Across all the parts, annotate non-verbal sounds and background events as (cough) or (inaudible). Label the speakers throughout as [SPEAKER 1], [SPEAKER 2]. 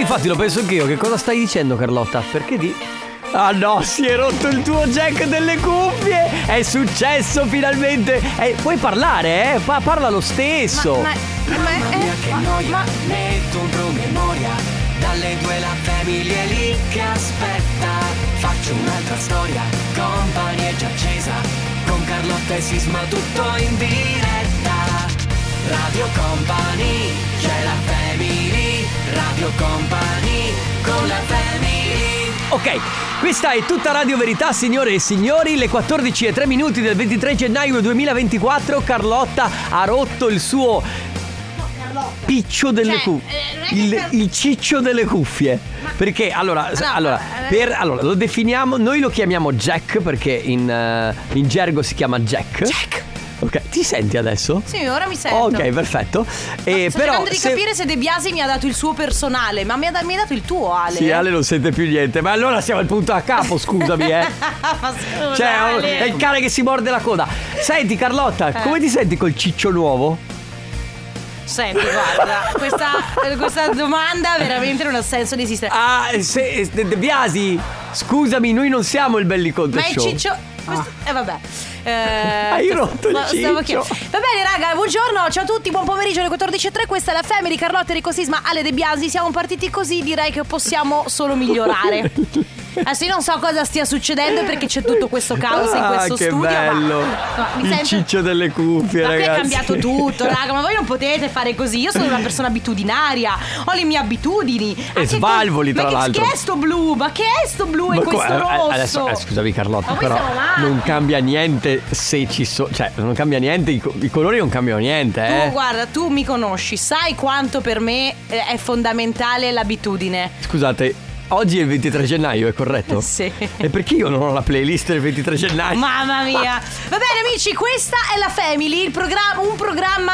[SPEAKER 1] infatti lo penso anch'io. Che cosa stai dicendo, Carlotta? Perché di. Ah no, si è rotto il tuo jack delle cuffie! È successo finalmente! Eh, puoi parlare, eh? Pa- parla lo stesso!
[SPEAKER 2] Ma, Eh, ma è,
[SPEAKER 3] Che noia, metto un promemoria Dalle due la famiglia è lì che aspetta Faccio un'altra storia, compagnie è già accesa Con Carlotta e Sisma tutto in diretta Radio Company, c'è la family Radio Company, con la family
[SPEAKER 1] Ok, questa è tutta Radio Verità, signore e signori. Le 14 e 3 minuti del 23 gennaio 2024, Carlotta ha rotto il suo. Piccio delle
[SPEAKER 2] Cioè,
[SPEAKER 1] cuffie.
[SPEAKER 2] eh, non è che
[SPEAKER 1] Il,
[SPEAKER 2] Car-
[SPEAKER 1] il ciccio delle cuffie. Perché allora, s-
[SPEAKER 2] No,
[SPEAKER 1] allora,
[SPEAKER 2] ma- eh,
[SPEAKER 1] per- allora, lo definiamo. Noi lo chiamiamo Jack perché in, eh, in gergo si chiama Jack. Jack! Ok, ti senti adesso?
[SPEAKER 2] ecco, Sì, ora mi sento.
[SPEAKER 1] Ok, perfetto. E
[SPEAKER 2] Sto
[SPEAKER 1] però
[SPEAKER 2] cercando di
[SPEAKER 1] se-
[SPEAKER 2] capire se De Biasi mi ha dato il suo personale, ma mi ha, da- mi ha dato il tuo, Ale.
[SPEAKER 1] Sì, Ale non sente più niente. Ma allora siamo al punto a capo, scusami, eh.
[SPEAKER 2] (laughs) ma scusa,
[SPEAKER 1] Cioè, è un-
[SPEAKER 2] Ale.
[SPEAKER 1] è il cane che si morde la coda. Senti, Carlotta,
[SPEAKER 2] Eh.
[SPEAKER 1] come ti senti col ciccio nuovo?
[SPEAKER 2] Senti, guarda, questa, eh, questa domanda veramente non ha senso di esistere.
[SPEAKER 1] Ah, se, se- De Biasi, scusami, noi non siamo il belli Conte
[SPEAKER 2] Ma il
[SPEAKER 1] Show.
[SPEAKER 2] ciccio. questo-
[SPEAKER 1] (laughs)
[SPEAKER 2] eh, vabbè. Eh,
[SPEAKER 1] Ah. Hai rotto il
[SPEAKER 2] ma- stavo
[SPEAKER 1] ciccio.
[SPEAKER 2] chiedendo. Va bene, raga, buongiorno, ciao a tutti, buon pomeriggio alle 14.03. Questa è la Family Carlotta Enrico Sisma, Ale De Biasi. Siamo partiti così, direi che possiamo solo migliorare.
[SPEAKER 1] (laughs)
[SPEAKER 2] Adesso io non so cosa stia succedendo perché c'è tutto questo caos in
[SPEAKER 1] Ah,
[SPEAKER 2] questo
[SPEAKER 1] che
[SPEAKER 2] studio.
[SPEAKER 1] bello.
[SPEAKER 2] Ma, ma mi
[SPEAKER 1] il
[SPEAKER 2] sento-
[SPEAKER 1] ciccio delle cuffie,
[SPEAKER 2] ma qui
[SPEAKER 1] ragazzi.
[SPEAKER 2] è cambiato tutto, raga, ma voi non potete fare così. Io sono una persona abitudinaria, ho le mie abitudini. Anche
[SPEAKER 1] svalvoli, tra
[SPEAKER 2] ma che-
[SPEAKER 1] l'altro.
[SPEAKER 2] Che è sto blu? Ma che è sto blu
[SPEAKER 1] Ma
[SPEAKER 2] e
[SPEAKER 1] qua-
[SPEAKER 2] questo
[SPEAKER 1] eh,
[SPEAKER 2] rosso?
[SPEAKER 1] adesso, eh, scusami Carlotta,
[SPEAKER 2] Ma voi
[SPEAKER 1] però
[SPEAKER 2] siamo matti.
[SPEAKER 1] non cambia niente se ci sono, cioè non cambia niente, i, co- i colori non cambiano niente,
[SPEAKER 2] Tu
[SPEAKER 1] eh.
[SPEAKER 2] guarda, tu mi conosci, sai quanto per me eh, è fondamentale l'abitudine.
[SPEAKER 1] Scusate, oggi è il 23 gennaio, è corretto?
[SPEAKER 2] (laughs) Sì.
[SPEAKER 1] E perché io non ho la playlist del 23 gennaio?
[SPEAKER 2] Mamma mia! Va bene amici, questa è la Family, il programma, un programma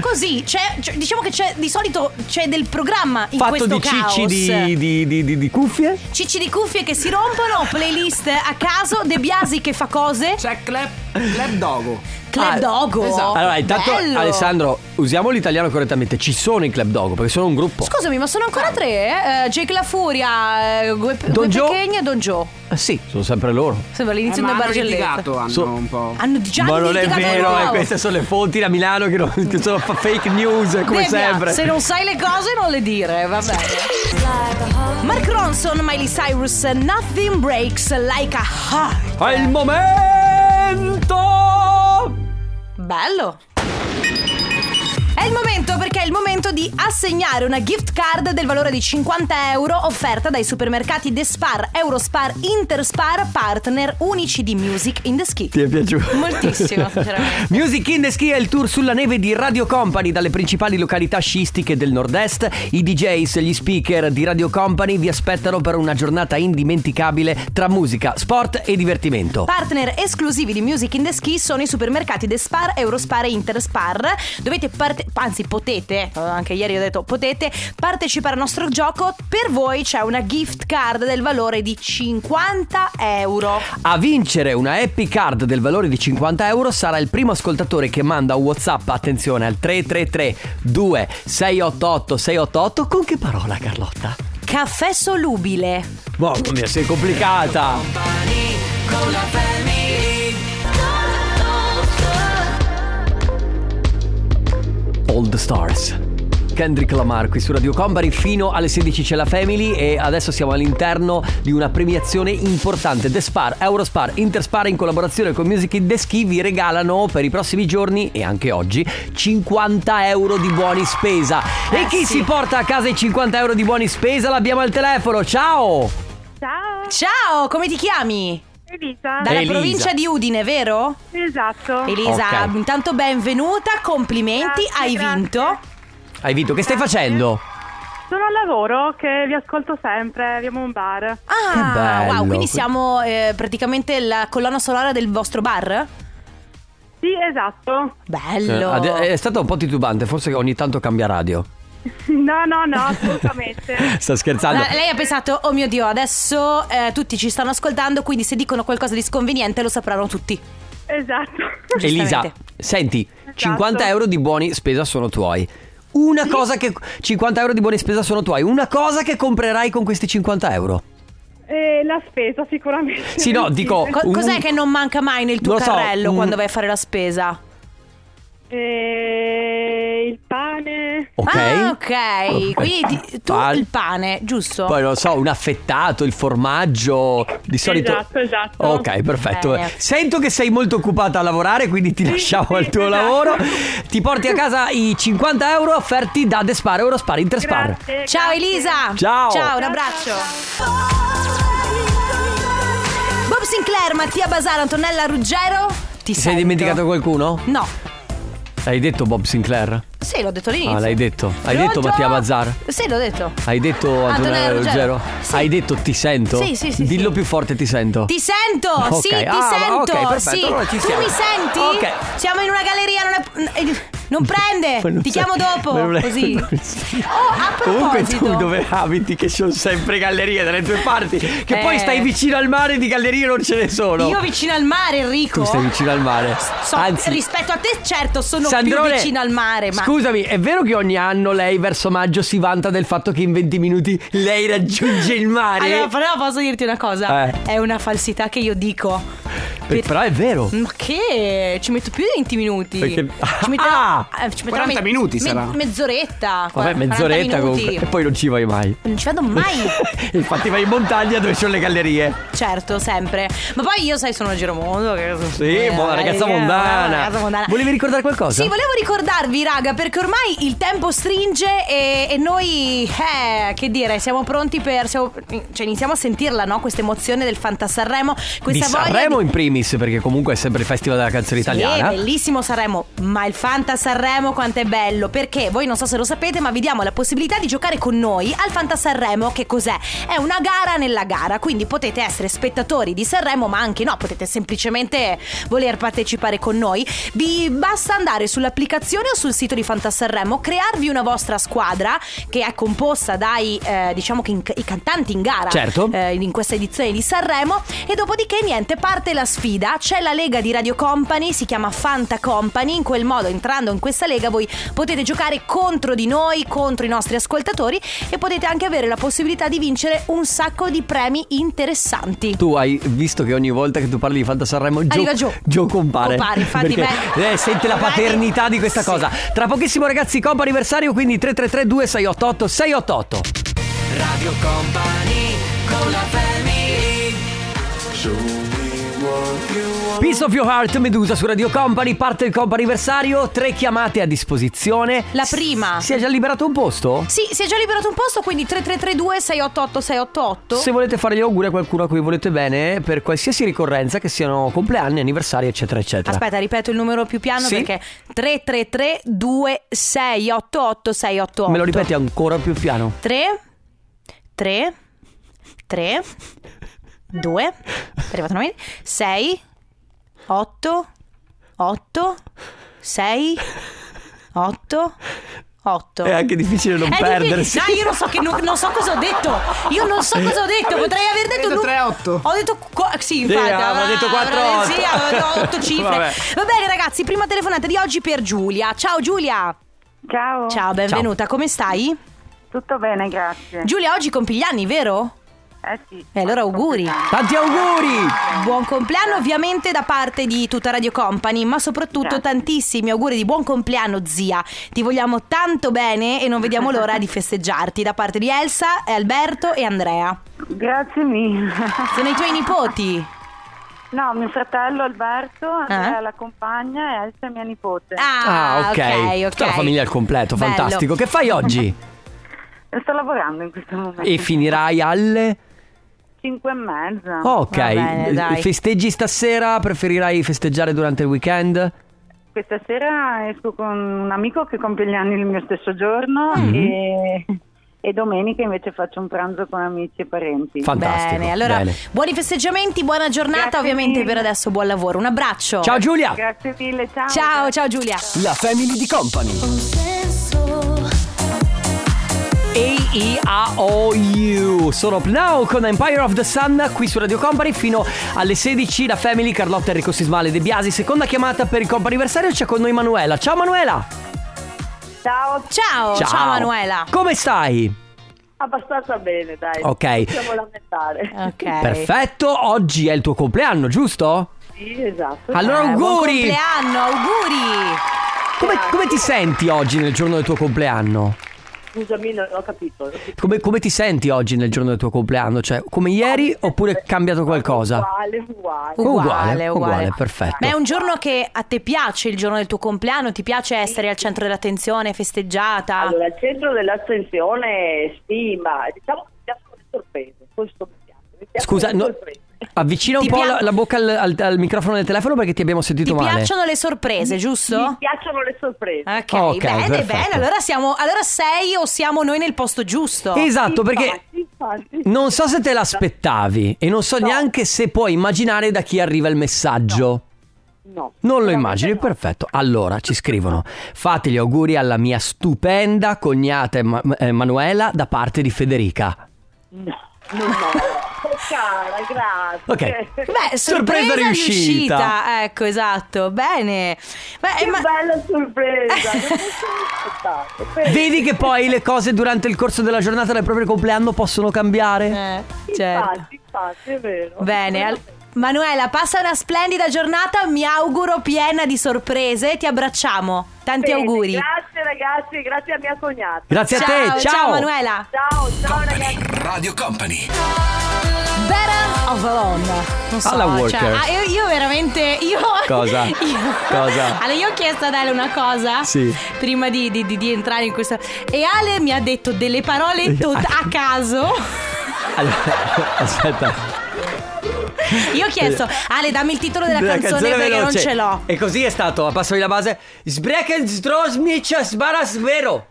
[SPEAKER 2] così, c'è, c'è- diciamo che c'è di solito c'è del programma in
[SPEAKER 1] Fatto
[SPEAKER 2] questo
[SPEAKER 1] di
[SPEAKER 2] caos.
[SPEAKER 1] cicci di- di- di- di- di cuffie?
[SPEAKER 2] Cicci di cuffie che si rompono, playlist a caso, De Biasi che fa cose,
[SPEAKER 3] C'è Clap, Clap Dogo
[SPEAKER 2] Club
[SPEAKER 1] Cioè, Ah,
[SPEAKER 2] Dogo.
[SPEAKER 1] Allora, intanto,
[SPEAKER 2] Oh, Bello.
[SPEAKER 1] Alessandro, usiamo l'italiano correttamente. Ci sono i club dog perché sono un gruppo.
[SPEAKER 2] Scusami, ma sono ancora tre? Eh, Jake La Furia, eh, Gue-
[SPEAKER 1] Don Joe?
[SPEAKER 2] Guepechegno e Don Joe.
[SPEAKER 1] Eh sì, sono sempre loro.
[SPEAKER 2] Sembra
[SPEAKER 4] Eh,
[SPEAKER 2] l'inizio di una barzelletta.
[SPEAKER 3] hanno
[SPEAKER 1] So-
[SPEAKER 3] un po'
[SPEAKER 2] Hanno già
[SPEAKER 1] Ma non è
[SPEAKER 2] litigato di
[SPEAKER 1] vero,
[SPEAKER 2] nuovo.
[SPEAKER 1] eh, queste sono le fonti da Milano che, non- che sono fa- fake news, come
[SPEAKER 2] Debbia,
[SPEAKER 1] sempre.
[SPEAKER 2] Se non sai le cose non le dire, va bene. Mark Ronson, Miley Cyrus, Nothing Breaks Like a Heart.
[SPEAKER 1] È il momento!
[SPEAKER 2] Bello. È il momento perché è il momento di assegnare una gift card del valore di 50 euro offerta dai supermercati The Spar, Eurospar, Interspar, partner unici di Music in the Ski.
[SPEAKER 1] Ti è piaciuto? (laughs)
[SPEAKER 2] Moltissimo, sinceramente.
[SPEAKER 1] Music in the Ski è il tour sulla neve di Radio Company dalle principali località sciistiche del nord-est. I DJs e gli speaker di Radio Company vi aspettano per una giornata indimenticabile tra musica, sport e divertimento.
[SPEAKER 2] Partner esclusivi di Music in the Ski sono i supermercati The Spar, Eurospar e Interspar. Dovete parte- anzi potete, eh, anche ieri ho detto potete partecipare al nostro gioco. Per voi c'è una gift card del valore di 50 euro.
[SPEAKER 1] A vincere una happy card del valore di 50 euro sarà il primo ascoltatore che manda un WhatsApp, attenzione, al 333 2688 688 con che parola Carlotta?
[SPEAKER 2] Caffè solubile.
[SPEAKER 1] Mamma mia, sei complicata! All the Stars. Kendrick Lamar qui su Radio Company fino alle 16 c'è la Family e adesso siamo all'interno di una premiazione importante. The Spar, Eurospar, Interspar in collaborazione con Music in the Ski vi regalano per i prossimi giorni e anche oggi 50 euro di buoni spesa. e chi si porta a casa i 50 euro di buoni spesa l'abbiamo al telefono. Ciao!
[SPEAKER 5] Ciao,
[SPEAKER 2] Ciao, come ti chiami?
[SPEAKER 5] Elisa.
[SPEAKER 2] Dalla
[SPEAKER 1] Elisa.
[SPEAKER 2] provincia di Udine, vero?
[SPEAKER 5] Esatto.
[SPEAKER 2] Elisa,
[SPEAKER 1] Ok.
[SPEAKER 2] intanto benvenuta, complimenti,
[SPEAKER 5] Grazie,
[SPEAKER 2] hai
[SPEAKER 5] grazie.
[SPEAKER 2] vinto.
[SPEAKER 1] Hai vinto, che stai facendo?
[SPEAKER 5] Sono al lavoro che vi ascolto sempre, abbiamo un bar.
[SPEAKER 1] Che
[SPEAKER 2] Ah,
[SPEAKER 1] bello.
[SPEAKER 2] wow, quindi siamo eh, praticamente la colonna sonora del vostro bar?
[SPEAKER 5] Sì, esatto. (laughs)
[SPEAKER 1] Eh,
[SPEAKER 2] Bello.
[SPEAKER 1] ade- È stata un po' titubante, forse ogni tanto cambia radio.
[SPEAKER 5] No, no, no, assolutamente.
[SPEAKER 2] (laughs)
[SPEAKER 1] Sta scherzando.
[SPEAKER 5] Eh,
[SPEAKER 2] Ma Lei ha pensato, oh mio Dio, adesso eh, tutti ci stanno ascoltando, quindi se dicono qualcosa di sconveniente lo sapranno tutti.
[SPEAKER 5] esatto.
[SPEAKER 1] Elisa,
[SPEAKER 2] giustamente.
[SPEAKER 1] senti, 50 euro di buoni spesa sono tuoi. Una cosa che 50 euro di buoni spesa sono tuoi. Una cosa che comprerai con questi 50 euro.
[SPEAKER 5] (laughs) Eh, la spesa sicuramente.
[SPEAKER 1] Sì, no, dico-
[SPEAKER 2] Co-
[SPEAKER 1] Un-
[SPEAKER 2] Cos'è che non manca mai nel tuo
[SPEAKER 1] Lo so,
[SPEAKER 2] carrello
[SPEAKER 1] un-
[SPEAKER 2] quando vai a fare la spesa?
[SPEAKER 5] (laughs) Eh, il pane.
[SPEAKER 1] Ok?
[SPEAKER 2] Ah, ok. Quindi ti- tu
[SPEAKER 1] Pan-
[SPEAKER 2] il pane, giusto?
[SPEAKER 5] Esatto.
[SPEAKER 1] Poi non lo so, un affettato, il formaggio. Di solito.
[SPEAKER 5] Esatto, esatto. Eh.
[SPEAKER 1] Ok, perfetto.
[SPEAKER 2] Bene.
[SPEAKER 1] Sento che sei molto occupata a lavorare, quindi ti lasciamo
[SPEAKER 5] sì,
[SPEAKER 1] al tuo
[SPEAKER 5] esatto.
[SPEAKER 1] lavoro. Ti porti a casa i 50 euro offerti da Despar, Eurospar, Interspar.
[SPEAKER 5] Grazie.
[SPEAKER 2] Ciao
[SPEAKER 5] grazie.
[SPEAKER 2] Elisa!
[SPEAKER 1] Ciao.
[SPEAKER 2] Ciao, un abbraccio! Bob Sinclair, Mattia Basaro, Antonella Ruggero. Ti
[SPEAKER 1] Ti sei dimenticato qualcuno?
[SPEAKER 2] No.
[SPEAKER 1] Hai detto Bob Sinclair?
[SPEAKER 2] Sì, l'ho detto all'inizio.
[SPEAKER 1] Ah, l'hai detto. Hai
[SPEAKER 2] Pronto?
[SPEAKER 1] detto Mattia Bazzar?
[SPEAKER 2] Sì, l'ho detto.
[SPEAKER 1] Hai detto Antonella Ruggero?
[SPEAKER 2] Ah, Sì.
[SPEAKER 1] Hai detto ti sento?
[SPEAKER 2] Sì, sì, sì,
[SPEAKER 1] Dillo
[SPEAKER 2] sì.
[SPEAKER 1] più forte ti sento.
[SPEAKER 2] Ti sento,
[SPEAKER 1] Ok,
[SPEAKER 2] sì, ti
[SPEAKER 1] ah, va-
[SPEAKER 2] sento.
[SPEAKER 1] ok, perfetto,
[SPEAKER 2] sì.
[SPEAKER 1] allora ci siamo.
[SPEAKER 2] Tu mi senti?
[SPEAKER 1] Ok.
[SPEAKER 2] Siamo in una galleria, non è- eh,
[SPEAKER 1] (laughs)
[SPEAKER 2] Non prende,
[SPEAKER 1] Ma non
[SPEAKER 2] ti
[SPEAKER 1] sai-
[SPEAKER 2] chiamo dopo.
[SPEAKER 1] ma non è-
[SPEAKER 2] Così.
[SPEAKER 1] non
[SPEAKER 2] Oh, a
[SPEAKER 1] Comunque
[SPEAKER 2] proposito.
[SPEAKER 1] tu dove abiti che ci sono sempre gallerie dalle tue parti Che
[SPEAKER 2] Eh.
[SPEAKER 1] poi stai vicino al mare di gallerie non ce ne sono
[SPEAKER 2] Io vicino al mare, Enrico.
[SPEAKER 1] Tu stai vicino al mare
[SPEAKER 2] So-
[SPEAKER 1] Anzi
[SPEAKER 2] rispetto a te, certo, sono
[SPEAKER 1] Sandrone,
[SPEAKER 2] più vicino al mare, ma
[SPEAKER 1] Scusami, è vero che ogni anno lei verso maggio si vanta del fatto che in 20 minuti lei raggiunge il mare?
[SPEAKER 2] Allora, però posso dirti una cosa:
[SPEAKER 1] Eh.
[SPEAKER 2] è una falsità che io dico.
[SPEAKER 1] Eh, Però è vero.
[SPEAKER 2] Ma che? Ci metto più di 20 minuti.
[SPEAKER 1] Perché-
[SPEAKER 2] Ci metterò,
[SPEAKER 1] (laughs) Ah!
[SPEAKER 2] eh, ci metterò
[SPEAKER 4] 40
[SPEAKER 2] me-
[SPEAKER 4] minuti
[SPEAKER 2] me-
[SPEAKER 4] sarà.
[SPEAKER 2] Mezz'oretta.
[SPEAKER 1] Vabbè,
[SPEAKER 2] 40
[SPEAKER 1] mezz'oretta
[SPEAKER 2] minuti.
[SPEAKER 1] comunque. E poi non ci vai
[SPEAKER 2] (laughs)
[SPEAKER 1] mai.
[SPEAKER 2] Non ci vado
[SPEAKER 1] (laughs)
[SPEAKER 2] mai.
[SPEAKER 1] Infatti vai in montagna dove ci sono le gallerie.
[SPEAKER 2] certo, sempre. Ma poi io, sai, sono a giromondo. Che...
[SPEAKER 1] Sì,
[SPEAKER 2] eh,
[SPEAKER 1] buona ragazza
[SPEAKER 2] eh,
[SPEAKER 1] mondana.
[SPEAKER 2] buona ragazza mondana.
[SPEAKER 1] Volevi ricordare qualcosa?
[SPEAKER 2] Sì, volevo ricordarvi, raga, perché ormai il tempo stringe e, e noi, eh, che dire, siamo pronti per. siamo- cioè, iniziamo a sentirla, no? Questa emozione del Fantasarremo.
[SPEAKER 1] Di
[SPEAKER 2] Questa voglia.
[SPEAKER 1] Sanremo in primis, perché comunque è sempre il festival della canzone italiana.
[SPEAKER 2] Sì, bellissimo Sanremo, ma il Fanta Sanremo quanto è bello, perché voi non so se lo sapete, ma vi diamo la possibilità di giocare con noi al Fanta Sanremo, che cos'è? È una gara nella gara, quindi potete essere spettatori di Sanremo, ma anche no, potete semplicemente voler partecipare con noi. Vi basta andare sull'applicazione o sul sito di Fanta Sanremo, crearvi una vostra squadra che è composta dai eh, diciamo che in- i cantanti in gara
[SPEAKER 1] Certo.
[SPEAKER 2] eh, in questa edizione di Sanremo e dopodiché niente parte la sfida c'è la lega di Radio Company si chiama Fanta Company in quel modo entrando in questa lega voi potete giocare contro di noi contro i nostri ascoltatori e potete anche avere la possibilità di vincere un sacco di premi interessanti
[SPEAKER 1] Tu hai visto che ogni volta che tu parli di Fanta Sanremo Gio,
[SPEAKER 2] Arriva Gio.
[SPEAKER 1] Gio compare.
[SPEAKER 2] Compare, infatti,
[SPEAKER 1] Perché,
[SPEAKER 2] beh.
[SPEAKER 1] eh, sente la
[SPEAKER 2] Guardi.
[SPEAKER 1] paternità di questa
[SPEAKER 2] Sì.
[SPEAKER 1] cosa. Tra pochissimo ragazzi compa anniversario, quindi 333 2688 688.
[SPEAKER 3] Radio Company con la family
[SPEAKER 1] Piece of your heart Medusa su Radio Company, parte il compa anniversario, tre chiamate a disposizione.
[SPEAKER 2] La prima.
[SPEAKER 1] Si è già liberato un posto?
[SPEAKER 2] sì si è già liberato un posto quindi 3332 688 688
[SPEAKER 1] Se volete fare gli auguri a qualcuno a cui volete bene per qualsiasi ricorrenza, che siano compleanni, anniversari, eccetera, eccetera.
[SPEAKER 2] Aspetta, ripeto il numero più piano
[SPEAKER 1] Sì.
[SPEAKER 2] perché 333 2688 688
[SPEAKER 1] Me lo ripeti ancora più piano.
[SPEAKER 2] 3 3 3 2 6 8 8 6 8 8
[SPEAKER 1] È anche difficile non
[SPEAKER 2] Eh, dimmi-
[SPEAKER 1] perdersi.
[SPEAKER 2] No, io non so, che, non, non so cosa ho detto. Io non so cosa ho detto. Potrei aver detto.
[SPEAKER 4] detto
[SPEAKER 2] nu-
[SPEAKER 4] 3-8.
[SPEAKER 2] Ho detto. co- sì, infatti.
[SPEAKER 1] avevo
[SPEAKER 2] avrà-
[SPEAKER 1] detto 4-8.
[SPEAKER 2] avrà- Sì, avevo
[SPEAKER 1] (laughs)
[SPEAKER 2] detto 8 cifre.
[SPEAKER 1] Vabbè.
[SPEAKER 2] Va bene, ragazzi. Prima telefonata di oggi per Giulia. Ciao, Giulia.
[SPEAKER 5] Ciao.
[SPEAKER 2] Ciao, benvenuta. Come stai?
[SPEAKER 5] Tutto bene, grazie.
[SPEAKER 2] Giulia, oggi compi gli anni, vero?
[SPEAKER 5] eh sì.
[SPEAKER 2] E allora auguri.
[SPEAKER 1] Tanti auguri!
[SPEAKER 2] Buon compleanno ovviamente da parte di tutta Radio Company, ma soprattutto
[SPEAKER 5] Grazie.
[SPEAKER 2] tantissimi auguri di buon compleanno zia. Ti vogliamo tanto bene e non
[SPEAKER 5] (laughs)
[SPEAKER 2] vediamo l'ora di festeggiarti da parte di Elsa, Alberto e Andrea.
[SPEAKER 5] Grazie mille. (laughs)
[SPEAKER 2] Sono i tuoi nipoti.
[SPEAKER 5] No, mio fratello Alberto, Andrea
[SPEAKER 2] Eh?
[SPEAKER 5] la compagna e Elsa è mia nipote.
[SPEAKER 1] Ah, ok. Tutta la famiglia al completo,
[SPEAKER 2] Bello.
[SPEAKER 1] fantastico. Che fai
[SPEAKER 2] (laughs)
[SPEAKER 1] oggi?
[SPEAKER 5] Sto lavorando in questo momento.
[SPEAKER 1] e finirai alle
[SPEAKER 5] 5 e mezza.
[SPEAKER 1] Ok.
[SPEAKER 2] Ah, Va bene, dai.
[SPEAKER 1] Festeggi stasera? Preferirai festeggiare durante il weekend?
[SPEAKER 5] Questa sera esco con un amico che compie gli anni il mio stesso giorno
[SPEAKER 1] Mm.
[SPEAKER 5] e, e domenica invece faccio un pranzo con amici e parenti.
[SPEAKER 1] Fantastico.
[SPEAKER 2] Bene, allora
[SPEAKER 1] Bene.
[SPEAKER 2] buoni festeggiamenti, buona giornata,
[SPEAKER 5] Grazie
[SPEAKER 2] ovviamente
[SPEAKER 5] mille.
[SPEAKER 2] per adesso buon lavoro. Un abbraccio.
[SPEAKER 1] Ciao Giulia!
[SPEAKER 5] Grazie mille, ciao.
[SPEAKER 2] Ciao, ciao Giulia.
[SPEAKER 1] La family di company. AEAOU sono up now con Empire of the Sun qui su Radio Company fino alle 16 la Family Carlotta Enrico Sismale De Biasi seconda chiamata per il comp'anniversario c'è con noi Manuela ciao Manuela
[SPEAKER 5] Ciao,
[SPEAKER 2] Oh, Ciao, ciao, Manuela.
[SPEAKER 1] Come stai?
[SPEAKER 5] abbastanza bene, dai.
[SPEAKER 1] Ok.
[SPEAKER 5] Non Possiamo lamentare.
[SPEAKER 2] Ok.
[SPEAKER 1] Perfetto, oggi è il tuo compleanno, giusto?
[SPEAKER 5] Sì, esatto.
[SPEAKER 1] Allora
[SPEAKER 2] Eh, Buon
[SPEAKER 1] auguri!
[SPEAKER 2] compleanno, auguri.
[SPEAKER 1] Come, come ti senti oggi nel giorno del tuo compleanno?
[SPEAKER 5] Scusami, non ho capito.
[SPEAKER 1] Come, come ti senti oggi nel giorno del tuo compleanno? Cioè, come
[SPEAKER 5] Ah,
[SPEAKER 1] ieri oppure è cambiato qualcosa?
[SPEAKER 5] Uguale, uguale.
[SPEAKER 1] Uguale, uguale, perfetto.
[SPEAKER 2] Ma è un giorno che a te piace, il giorno del tuo compleanno, ti piace essere al centro dell'attenzione, festeggiata?
[SPEAKER 5] Allora, il centro dell'attenzione stima, diciamo che mi piacciono le sorprese, questo mi piace. mi piacciono
[SPEAKER 1] Scusa,
[SPEAKER 5] le
[SPEAKER 1] no-
[SPEAKER 5] sorprese.
[SPEAKER 1] avvicina un
[SPEAKER 2] Ti
[SPEAKER 1] po'
[SPEAKER 2] pia-
[SPEAKER 1] la, la bocca al, al- al microfono del telefono perché ti abbiamo
[SPEAKER 2] ti
[SPEAKER 1] sentito male.
[SPEAKER 2] piacciono le sorprese,
[SPEAKER 5] Mi
[SPEAKER 2] giusto?
[SPEAKER 5] piacciono le sorprese.
[SPEAKER 2] Ok,
[SPEAKER 1] Ok,
[SPEAKER 2] bene,
[SPEAKER 1] perfetto.
[SPEAKER 2] bene. Allora, siamo, allora sei o siamo noi nel posto giusto?
[SPEAKER 1] Esatto, perché
[SPEAKER 5] Infatti, infatti.
[SPEAKER 1] non so se te l'aspettavi e non so
[SPEAKER 5] No.
[SPEAKER 1] neanche se puoi immaginare da chi arriva il messaggio.
[SPEAKER 5] No.
[SPEAKER 1] Non lo
[SPEAKER 5] veramente
[SPEAKER 1] immagini,
[SPEAKER 5] no.
[SPEAKER 1] perfetto. Allora, ci scrivono: Fate gli auguri alla mia stupenda cognata Emma- eh, Emanuela da parte di Federica.
[SPEAKER 5] No, no, no. Cara, grazie.
[SPEAKER 1] Ok.
[SPEAKER 2] Beh, sorpresa,
[SPEAKER 1] Sorpresa riuscita.
[SPEAKER 2] riuscita, Ecco, esatto, bene. Beh,
[SPEAKER 5] Che
[SPEAKER 2] ma-
[SPEAKER 5] bella
[SPEAKER 1] (laughs)
[SPEAKER 5] sorpresa. non posso aspettare.
[SPEAKER 1] Vedi che poi le cose durante il corso della giornata del proprio compleanno possono cambiare?
[SPEAKER 2] eh,
[SPEAKER 5] Infatti,
[SPEAKER 2] certo.
[SPEAKER 5] infatti, è vero.
[SPEAKER 2] Bene, al- Manuela, passa una splendida giornata, mi auguro piena di sorprese, ti abbracciamo, tanti
[SPEAKER 5] Bene,
[SPEAKER 2] auguri.
[SPEAKER 5] Grazie ragazzi, grazie a mia cognata.
[SPEAKER 1] Grazie a te, ciao!
[SPEAKER 2] ciao Manuela.
[SPEAKER 5] Ciao, ciao ragazzi.
[SPEAKER 3] Radio Company
[SPEAKER 2] Better of Alone. Non so,
[SPEAKER 1] Alla Walker.
[SPEAKER 2] cioè, ah, io, io veramente. Io, (laughs)
[SPEAKER 1] Cosa?
[SPEAKER 2] io-
[SPEAKER 1] Cosa?
[SPEAKER 2] Ale, io ho chiesto ad Ale una cosa.
[SPEAKER 1] Sì.
[SPEAKER 2] Prima di, di- di- di entrare in questa. E Ale mi ha detto delle
[SPEAKER 1] (laughs)
[SPEAKER 2] parole to- a caso.
[SPEAKER 1] (laughs) Allora, aspetta.
[SPEAKER 2] Io ho chiesto, Ale, dammi il titolo della, canzone, perché non
[SPEAKER 1] veloce.
[SPEAKER 2] ce l'ho.
[SPEAKER 1] E così è stato, a passo di la base. Sbrekenstrosmic sbarasvero.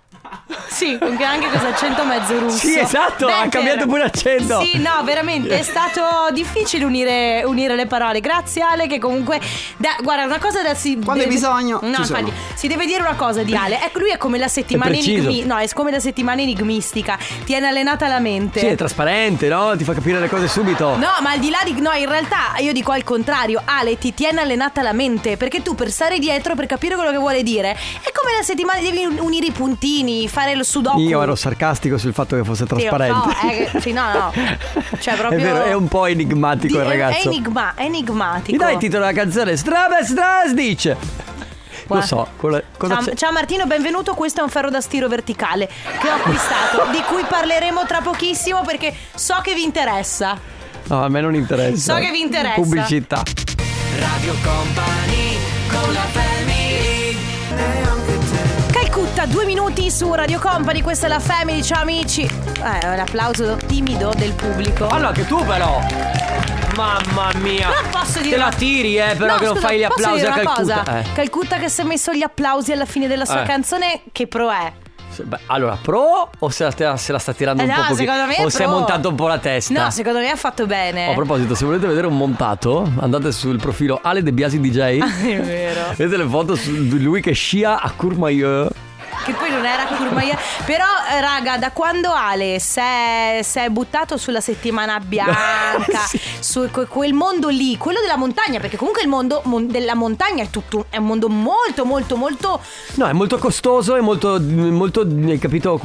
[SPEAKER 2] Sì, con anche questo accento mezzo russo.
[SPEAKER 1] Sì, esatto, ha cambiato pure accento.
[SPEAKER 2] Sì, no, veramente è stato difficile unire, unire le parole. Grazie Ale che comunque da- guarda, una cosa da si
[SPEAKER 4] Quando hai bisogno,
[SPEAKER 2] No,
[SPEAKER 4] ci sono.
[SPEAKER 2] infatti, si deve dire una cosa di Ale. Ecco, lui è come la settimana
[SPEAKER 1] È preciso.
[SPEAKER 2] enigmi- No, è come la settimana enigmistica. Tiene allenata la mente.
[SPEAKER 1] Sì, è trasparente, no? Ti fa capire le cose subito.
[SPEAKER 2] No, ma al di là di. No, in realtà io dico al contrario, Ale ti tiene allenata la mente. Perché tu per stare dietro, per capire quello che vuole dire, è come la settimana devi un- unire i puntini, fare lo sudoku.
[SPEAKER 1] Io ero sarcastico sul fatto che fosse
[SPEAKER 2] Sì,
[SPEAKER 1] trasparente.
[SPEAKER 2] No,
[SPEAKER 1] (laughs)
[SPEAKER 2] è, che- sì, no, no. Cioè, proprio.
[SPEAKER 1] È vero, è un po'
[SPEAKER 2] di-
[SPEAKER 1] enigmatico il
[SPEAKER 2] è- È,
[SPEAKER 1] ragazzo.
[SPEAKER 2] enigma- è enigmatico.
[SPEAKER 1] Mi dai il titolo della canzone? Strabe Strasdic! Lo
[SPEAKER 2] Guarda.
[SPEAKER 1] so, quello- cosa
[SPEAKER 2] Ciao,
[SPEAKER 1] c'è?
[SPEAKER 2] ciao Martino, benvenuto. Questo è un ferro da stiro verticale che
[SPEAKER 1] (laughs)
[SPEAKER 2] ho acquistato, di cui parleremo tra pochissimo perché so che vi interessa.
[SPEAKER 1] No, a me non interessa.
[SPEAKER 2] So che vi interessa.
[SPEAKER 1] Pubblicità.
[SPEAKER 3] Radio Company con la family
[SPEAKER 2] Calcutta, due minuti su Radio Company, questa è la Family, ciao amici. Eh, un applauso timido del pubblico.
[SPEAKER 1] Allora, anche tu però. Mamma mia.
[SPEAKER 2] Però Ah, posso dire
[SPEAKER 1] Te la
[SPEAKER 2] una-
[SPEAKER 1] tiri, eh, però
[SPEAKER 2] No,
[SPEAKER 1] che non
[SPEAKER 2] scusa,
[SPEAKER 1] fai gli
[SPEAKER 2] posso
[SPEAKER 1] applausi
[SPEAKER 2] dire
[SPEAKER 1] a
[SPEAKER 2] una
[SPEAKER 1] Calcutta.
[SPEAKER 2] cosa?
[SPEAKER 1] Eh.
[SPEAKER 2] Calcutta che si è messo gli applausi alla fine della sua
[SPEAKER 1] Eh.
[SPEAKER 2] canzone, che pro è?
[SPEAKER 1] Se- beh, allora, pro o se la, te- se la sta tirando
[SPEAKER 2] Eh
[SPEAKER 1] un
[SPEAKER 2] no,
[SPEAKER 1] po' pochi-
[SPEAKER 2] secondo me è
[SPEAKER 1] O se è
[SPEAKER 2] pro.
[SPEAKER 1] montato un po' la testa? Oh,
[SPEAKER 2] No, eh. secondo me ha fatto bene.
[SPEAKER 1] a proposito, se volete vedere un montato, andate sul profilo Ale De Biasi DJ.
[SPEAKER 2] (laughs) È vero.
[SPEAKER 1] Vedete le foto su- di lui che scia a Courmayeur.
[SPEAKER 2] Che poi non era Curmaia. Però, eh, raga, da quando Ale si è si è buttato
[SPEAKER 1] (laughs)
[SPEAKER 2] sulla settimana bianca, su que- quel mondo lì, quello della montagna, perché comunque il mondo mon- della montagna è tutto è un mondo molto, molto, molto.
[SPEAKER 1] No, è molto costoso, è molto, molto hai capito,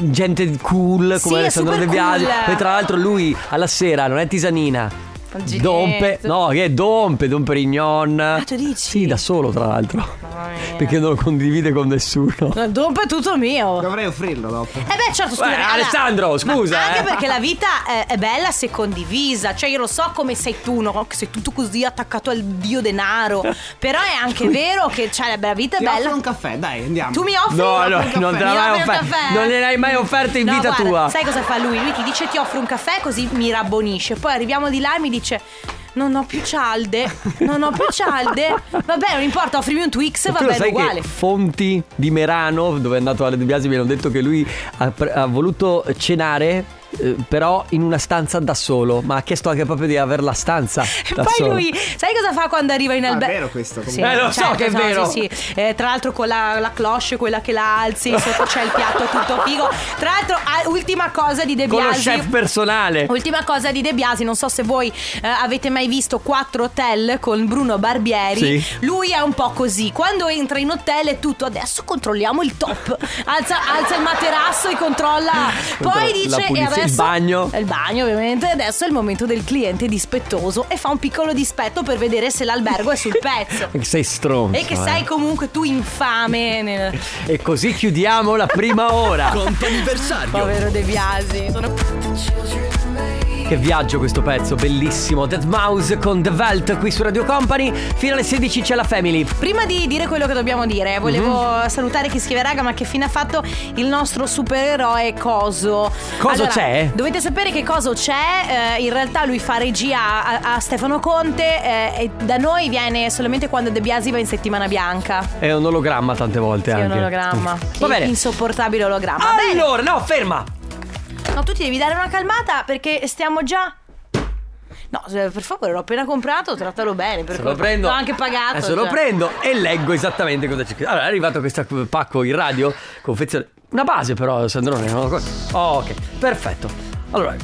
[SPEAKER 1] gente cool come
[SPEAKER 2] Sì, è
[SPEAKER 1] Alessandro
[SPEAKER 2] super
[SPEAKER 1] De Biasi.
[SPEAKER 2] cool.
[SPEAKER 1] Poi tra l'altro lui alla sera non è tisanina.
[SPEAKER 2] Ginezzo.
[SPEAKER 1] Dompe, no, che è Dompe, Dompe Rignon.
[SPEAKER 2] Ah, tu dici?
[SPEAKER 1] Sì, da solo tra l'altro. Perché non lo condivide con nessuno.
[SPEAKER 2] Dopo è tutto mio.
[SPEAKER 4] Dovrei offrirlo dopo.
[SPEAKER 2] Eh beh, certo, scusa.
[SPEAKER 1] Beh, Alessandro, scusa,
[SPEAKER 2] Anche
[SPEAKER 1] eh.
[SPEAKER 2] perché la vita è, è bella se condivisa. Cioè, io lo so come sei tu, no? Che sei tutto così attaccato al
[SPEAKER 1] (laughs)
[SPEAKER 2] dio denaro. Però è anche vero che cioè, la vita è
[SPEAKER 4] Ti offro
[SPEAKER 2] bella.
[SPEAKER 4] un caffè, dai, andiamo.
[SPEAKER 2] Tu mi offri
[SPEAKER 1] No,
[SPEAKER 2] un
[SPEAKER 1] no,
[SPEAKER 2] caffè?
[SPEAKER 1] non te
[SPEAKER 2] Mi
[SPEAKER 1] l'hai mai
[SPEAKER 2] offri un
[SPEAKER 1] offerto.
[SPEAKER 2] caffè?
[SPEAKER 1] Non gliel'hai mai offerto in
[SPEAKER 2] No,
[SPEAKER 1] vita
[SPEAKER 2] guarda,
[SPEAKER 1] tua.
[SPEAKER 2] Sai cosa fa lui? Lui ti dice ti offro un caffè così mi rabbonisce. Poi arriviamo di là e mi dice non ho più cialde, non
[SPEAKER 1] (laughs)
[SPEAKER 2] ho più cialde. Vabbè, non importa, offrimi un Twix, va
[SPEAKER 1] tu lo
[SPEAKER 2] bene
[SPEAKER 1] sai
[SPEAKER 2] uguale.
[SPEAKER 1] che Fonti di Merano, dove è andato Ale De Biasi, mi hanno detto che lui ha, pre- ha voluto cenare eh, però in una stanza da solo, ma ha chiesto anche proprio di avere la stanza.
[SPEAKER 2] E
[SPEAKER 1] da
[SPEAKER 2] (laughs) poi
[SPEAKER 1] solo.
[SPEAKER 2] lui, sai cosa fa quando arriva in
[SPEAKER 4] Ah, è
[SPEAKER 2] albergo?
[SPEAKER 4] vero questo,
[SPEAKER 2] Sì,
[SPEAKER 4] comunque.
[SPEAKER 1] Eh, lo so
[SPEAKER 2] certo,
[SPEAKER 1] che è
[SPEAKER 2] no,
[SPEAKER 1] vero.
[SPEAKER 2] sì, sì. Eh, tra l'altro con la, la cloche, quella che la alzi, sotto c'è il piatto tutto figo. Tra l'altro, ah, ultima cosa di De
[SPEAKER 1] Con lo
[SPEAKER 2] Biasi.
[SPEAKER 1] chef personale.
[SPEAKER 2] Ultima cosa di De Biasi, non so se voi eh, avete mai visto Quattro Hotel con Bruno Barbieri.
[SPEAKER 1] Sì.
[SPEAKER 2] Lui è un po' così. Quando entra in hotel è tutto adesso controlliamo il top. Alza, alza il materasso e controlla.
[SPEAKER 1] (laughs) Controlla
[SPEAKER 2] Poi
[SPEAKER 1] la
[SPEAKER 2] dice
[SPEAKER 1] pulizia,
[SPEAKER 2] e
[SPEAKER 1] il
[SPEAKER 2] adesso
[SPEAKER 1] bagno."
[SPEAKER 2] il bagno, ovviamente. Adesso è il momento del cliente dispettoso e fa un piccolo dispetto per vedere se l'albergo è sul
[SPEAKER 1] (laughs)
[SPEAKER 2] pezzo.
[SPEAKER 1] Che Sei stronzo.
[SPEAKER 2] e che
[SPEAKER 1] eh.
[SPEAKER 2] sei comunque tu infame nel
[SPEAKER 1] E così chiudiamo la prima ora.
[SPEAKER 2] povero De Biasi. Sono
[SPEAKER 1] Che viaggio questo pezzo, bellissimo. Dead Mouse con The Welt qui su Radio Company. Fino alle 16 c'è la Family.
[SPEAKER 2] Prima di dire quello che dobbiamo dire, volevo
[SPEAKER 1] Mhm.
[SPEAKER 2] salutare chi scrive raga, ma che fine ha fatto il nostro supereroe Coso.
[SPEAKER 1] Coso c'è?
[SPEAKER 2] Dovete sapere che Coso c'è, eh, in realtà lui fa regia a, a Stefano Conte eh, e da noi viene solamente quando De Biasi va in settimana bianca.
[SPEAKER 1] È un ologramma tante volte
[SPEAKER 2] Sì, è
[SPEAKER 1] anche. Mm.
[SPEAKER 2] un ologramma.
[SPEAKER 1] Va bene.
[SPEAKER 2] Insopportabile ologramma. Bene.
[SPEAKER 1] Allora, no, ferma.
[SPEAKER 2] No, tu ti devi dare una calmata perché stiamo già No, eh, per favore, l'ho appena comprato, trattalo bene. Per
[SPEAKER 1] Se lo
[SPEAKER 2] colpa-
[SPEAKER 1] prendo.
[SPEAKER 2] L'ho anche pagato.
[SPEAKER 1] Adesso lo
[SPEAKER 2] cioè.
[SPEAKER 1] prendo e leggo esattamente cosa c'è. scritto. Allora, è arrivato questo pacco in radio, confezione. Una base però, Sandrone. no? Oh, ok, perfetto. Allora,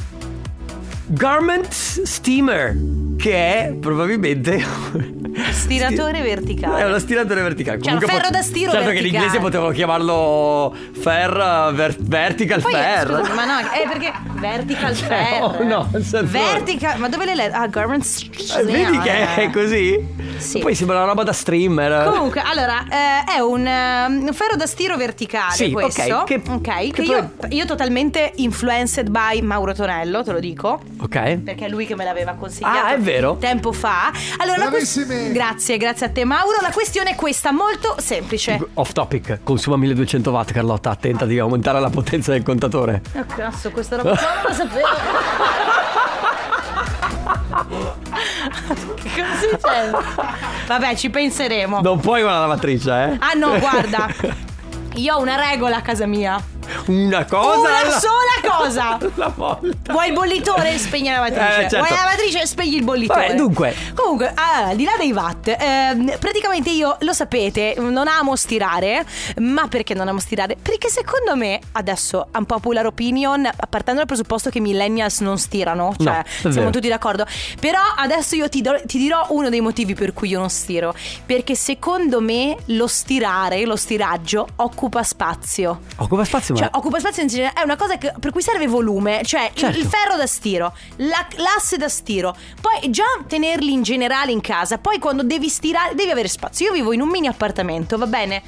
[SPEAKER 1] Garment Steamer, che è probabilmente... (laughs)
[SPEAKER 2] Stiratore verticale.
[SPEAKER 1] È uno stiratore verticale.
[SPEAKER 2] Cioè, un
[SPEAKER 1] Comunque
[SPEAKER 2] ferro
[SPEAKER 1] pot-
[SPEAKER 2] da stiro
[SPEAKER 1] Certo che in
[SPEAKER 2] verticale.
[SPEAKER 1] inglese potevo chiamarlo fer, ver- vertical
[SPEAKER 2] Poi,
[SPEAKER 1] fer.
[SPEAKER 2] scusa, ma no, è perché vertical
[SPEAKER 1] Cioè,
[SPEAKER 2] fair.
[SPEAKER 1] oh, (laughs) no, senza-
[SPEAKER 2] vertical, ma dove le lettere? Ah, Garment
[SPEAKER 1] Eh, (laughs) Vedi che è così?
[SPEAKER 2] Sì.
[SPEAKER 1] Poi sembra una roba da streamer.
[SPEAKER 2] Comunque, allora, eh, è un, eh, un ferro da stiro verticale
[SPEAKER 1] Sì,
[SPEAKER 2] questo.
[SPEAKER 1] ok, che-
[SPEAKER 2] ok,
[SPEAKER 1] che
[SPEAKER 2] che
[SPEAKER 1] poi-
[SPEAKER 2] io, io totalmente influenced by Mauro Tonello, te lo dico.
[SPEAKER 1] Ok.
[SPEAKER 2] Perché è lui che me l'aveva consigliato
[SPEAKER 1] Ah, è vero.
[SPEAKER 2] tempo fa. Allora, la quest- grazie, grazie a te, Mauro. La questione è questa, molto semplice.
[SPEAKER 1] (laughs) Off topic, consuma 1200 watt Carlotta, attenta di aumentare la potenza del contatore.
[SPEAKER 2] Oh, cazzo, questa roba qua non lo sapevo. che cos'è? Vabbè, ci penseremo.
[SPEAKER 1] Non puoi con la lavatrice, eh?
[SPEAKER 2] Ah no, guarda. Io ho una regola a casa mia.
[SPEAKER 1] Una cosa
[SPEAKER 2] Una
[SPEAKER 1] alla-
[SPEAKER 2] sola cosa.
[SPEAKER 1] (laughs) alla volta.
[SPEAKER 2] Vuoi il bollitore? Spegni la lavatrice.
[SPEAKER 1] Eh, certo.
[SPEAKER 2] Vuoi la lavatrice? Spegni il bollitore.
[SPEAKER 1] Vabbè, dunque.
[SPEAKER 2] Comunque, ah, al di là dei watt, ehm, praticamente io lo sapete, non amo stirare. Ma perché non amo stirare? Perché secondo me, adesso, un popular opinion, partendo dal presupposto che i millennials non stirano,
[SPEAKER 1] No,
[SPEAKER 2] cioè
[SPEAKER 1] è vero.
[SPEAKER 2] siamo tutti d'accordo. Però adesso io ti, do- ti dirò uno dei motivi per cui io non stiro. Perché secondo me lo stirare, lo stiraggio, occupa spazio.
[SPEAKER 1] Occupa spazio, ma.
[SPEAKER 2] Cioè, occupa spazio in generale. È una cosa che- per cui serve volume. Cioè, il-
[SPEAKER 1] Certo.
[SPEAKER 2] il ferro da stiro, la- l'asse da stiro. Poi già tenerli in generale in casa. Poi quando devi stirare, devi avere spazio. Io vivo in un mini appartamento, va bene?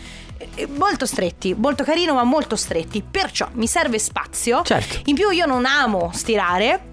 [SPEAKER 2] Eh, Molto stretti, molto carino, ma molto stretti. Perciò mi serve spazio.
[SPEAKER 1] Certo.
[SPEAKER 2] In più, io non amo stirare.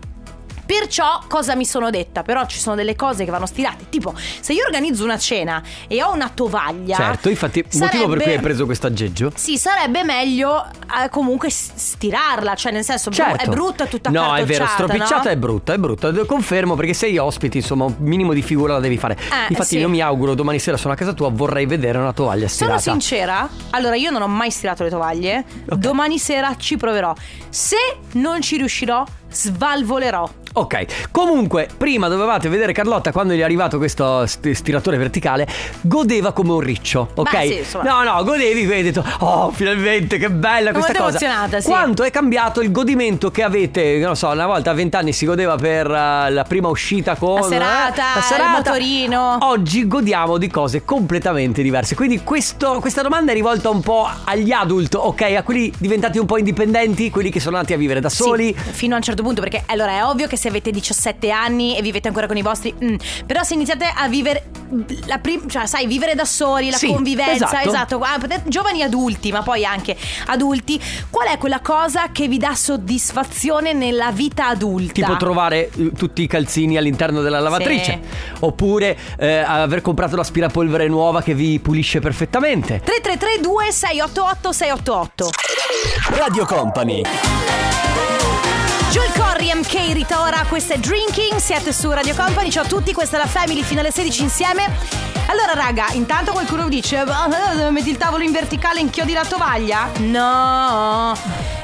[SPEAKER 2] Perciò cosa mi sono detta? Però ci sono delle cose che vanno stirate. Tipo, se io organizzo una cena e ho una tovaglia.
[SPEAKER 1] Certo, infatti, motivo per
[SPEAKER 2] sarebbe-
[SPEAKER 1] cui hai preso questo aggeggio.
[SPEAKER 2] sì, sarebbe meglio eh, comunque s- stirarla, cioè nel senso bru-
[SPEAKER 1] Certo.
[SPEAKER 2] è brutta tutta
[SPEAKER 1] No, è
[SPEAKER 2] accartocciata,
[SPEAKER 1] vero, stropicciata
[SPEAKER 2] no?
[SPEAKER 1] è brutta, è brutta. Lo Confermo perché sei ospiti, insomma, un minimo di figura la devi fare. Infatti,
[SPEAKER 2] Eh, sì.
[SPEAKER 1] io mi auguro domani sera sono a casa tua, vorrei vedere una tovaglia stirata.
[SPEAKER 2] Sono sincera, allora io non ho mai stirato le tovaglie, domani sera ci proverò. Se non ci riuscirò, svalvolerò.
[SPEAKER 1] Ok, comunque prima dovevate vedere Carlotta quando gli è arrivato questo st- stiratore verticale, godeva come un riccio, ok?
[SPEAKER 2] Beh, sì, insomma.
[SPEAKER 1] no, no, godevi e hai detto "Oh, finalmente che bella
[SPEAKER 2] Sono
[SPEAKER 1] questa
[SPEAKER 2] molto
[SPEAKER 1] cosa".
[SPEAKER 2] emozionata, sì.
[SPEAKER 1] Quanto è cambiato il godimento che avete, non so, una volta a vent'anni si godeva per eh, la prima uscita con
[SPEAKER 2] La serata,
[SPEAKER 1] eh, la
[SPEAKER 2] il
[SPEAKER 1] serata.
[SPEAKER 2] motorino.
[SPEAKER 1] Oggi godiamo di cose completamente diverse. Quindi questo- questa domanda è rivolta un po' agli adult, ok? A quelli diventati un po' indipendenti, quelli che sono andati a vivere da soli.
[SPEAKER 2] Sì, fino a un certo punto, perché allora è ovvio che se avete 17 anni e vivete ancora con i vostri. mm, però se iniziate a vivere. mm, La prim- cioè, sai, vivere da soli, la
[SPEAKER 1] Sì,
[SPEAKER 2] convivenza,
[SPEAKER 1] esatto.
[SPEAKER 2] ah, potete- giovani adulti, ma poi anche adulti. Qual è quella cosa che vi dà soddisfazione nella vita adulta?
[SPEAKER 1] Tipo trovare eh, tutti i calzini all'interno della lavatrice. Oppure eh, aver comprato l'aspirapolvere nuova che vi pulisce perfettamente.
[SPEAKER 2] 3332 688 688
[SPEAKER 1] Radio Company.
[SPEAKER 2] Joel Corry, MK Ritora, questo è Drinking, siete su Radio Company, ciao a tutti, questa è la Family fino alle 16 insieme. Allora raga, intanto ah, qualcuno dice, "Ah, metti il tavolo in verticale, inchiodi la tovaglia? No!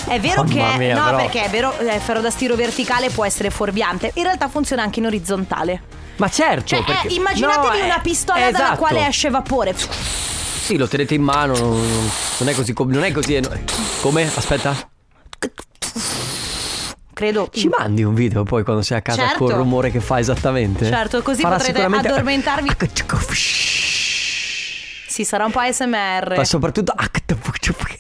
[SPEAKER 2] È vero
[SPEAKER 1] Mamma
[SPEAKER 2] che
[SPEAKER 1] mia,
[SPEAKER 2] no,
[SPEAKER 1] però.
[SPEAKER 2] perché è vero eh, ferro da stiro verticale può essere fuorviante. In realtà funziona anche in orizzontale.
[SPEAKER 1] Ma certo,
[SPEAKER 2] Cioè, eh,
[SPEAKER 1] perché...
[SPEAKER 2] immaginatevi
[SPEAKER 1] No, eh,
[SPEAKER 2] una pistola dalla
[SPEAKER 1] esatto.
[SPEAKER 2] quale esce vapore.
[SPEAKER 1] Sì, lo tenete in mano, non, non è così, com- non è così eh, no- Come? Aspetta.
[SPEAKER 2] Credo
[SPEAKER 1] Ci mandi un video poi quando sei a casa
[SPEAKER 2] Certo.
[SPEAKER 1] col rumore che fa esattamente?
[SPEAKER 2] Certo, così
[SPEAKER 1] Farà
[SPEAKER 2] potrete
[SPEAKER 1] sicuramente- cioè,
[SPEAKER 2] addormentarvi. Sì, sarà un po' ASMR.
[SPEAKER 1] Ma soprattutto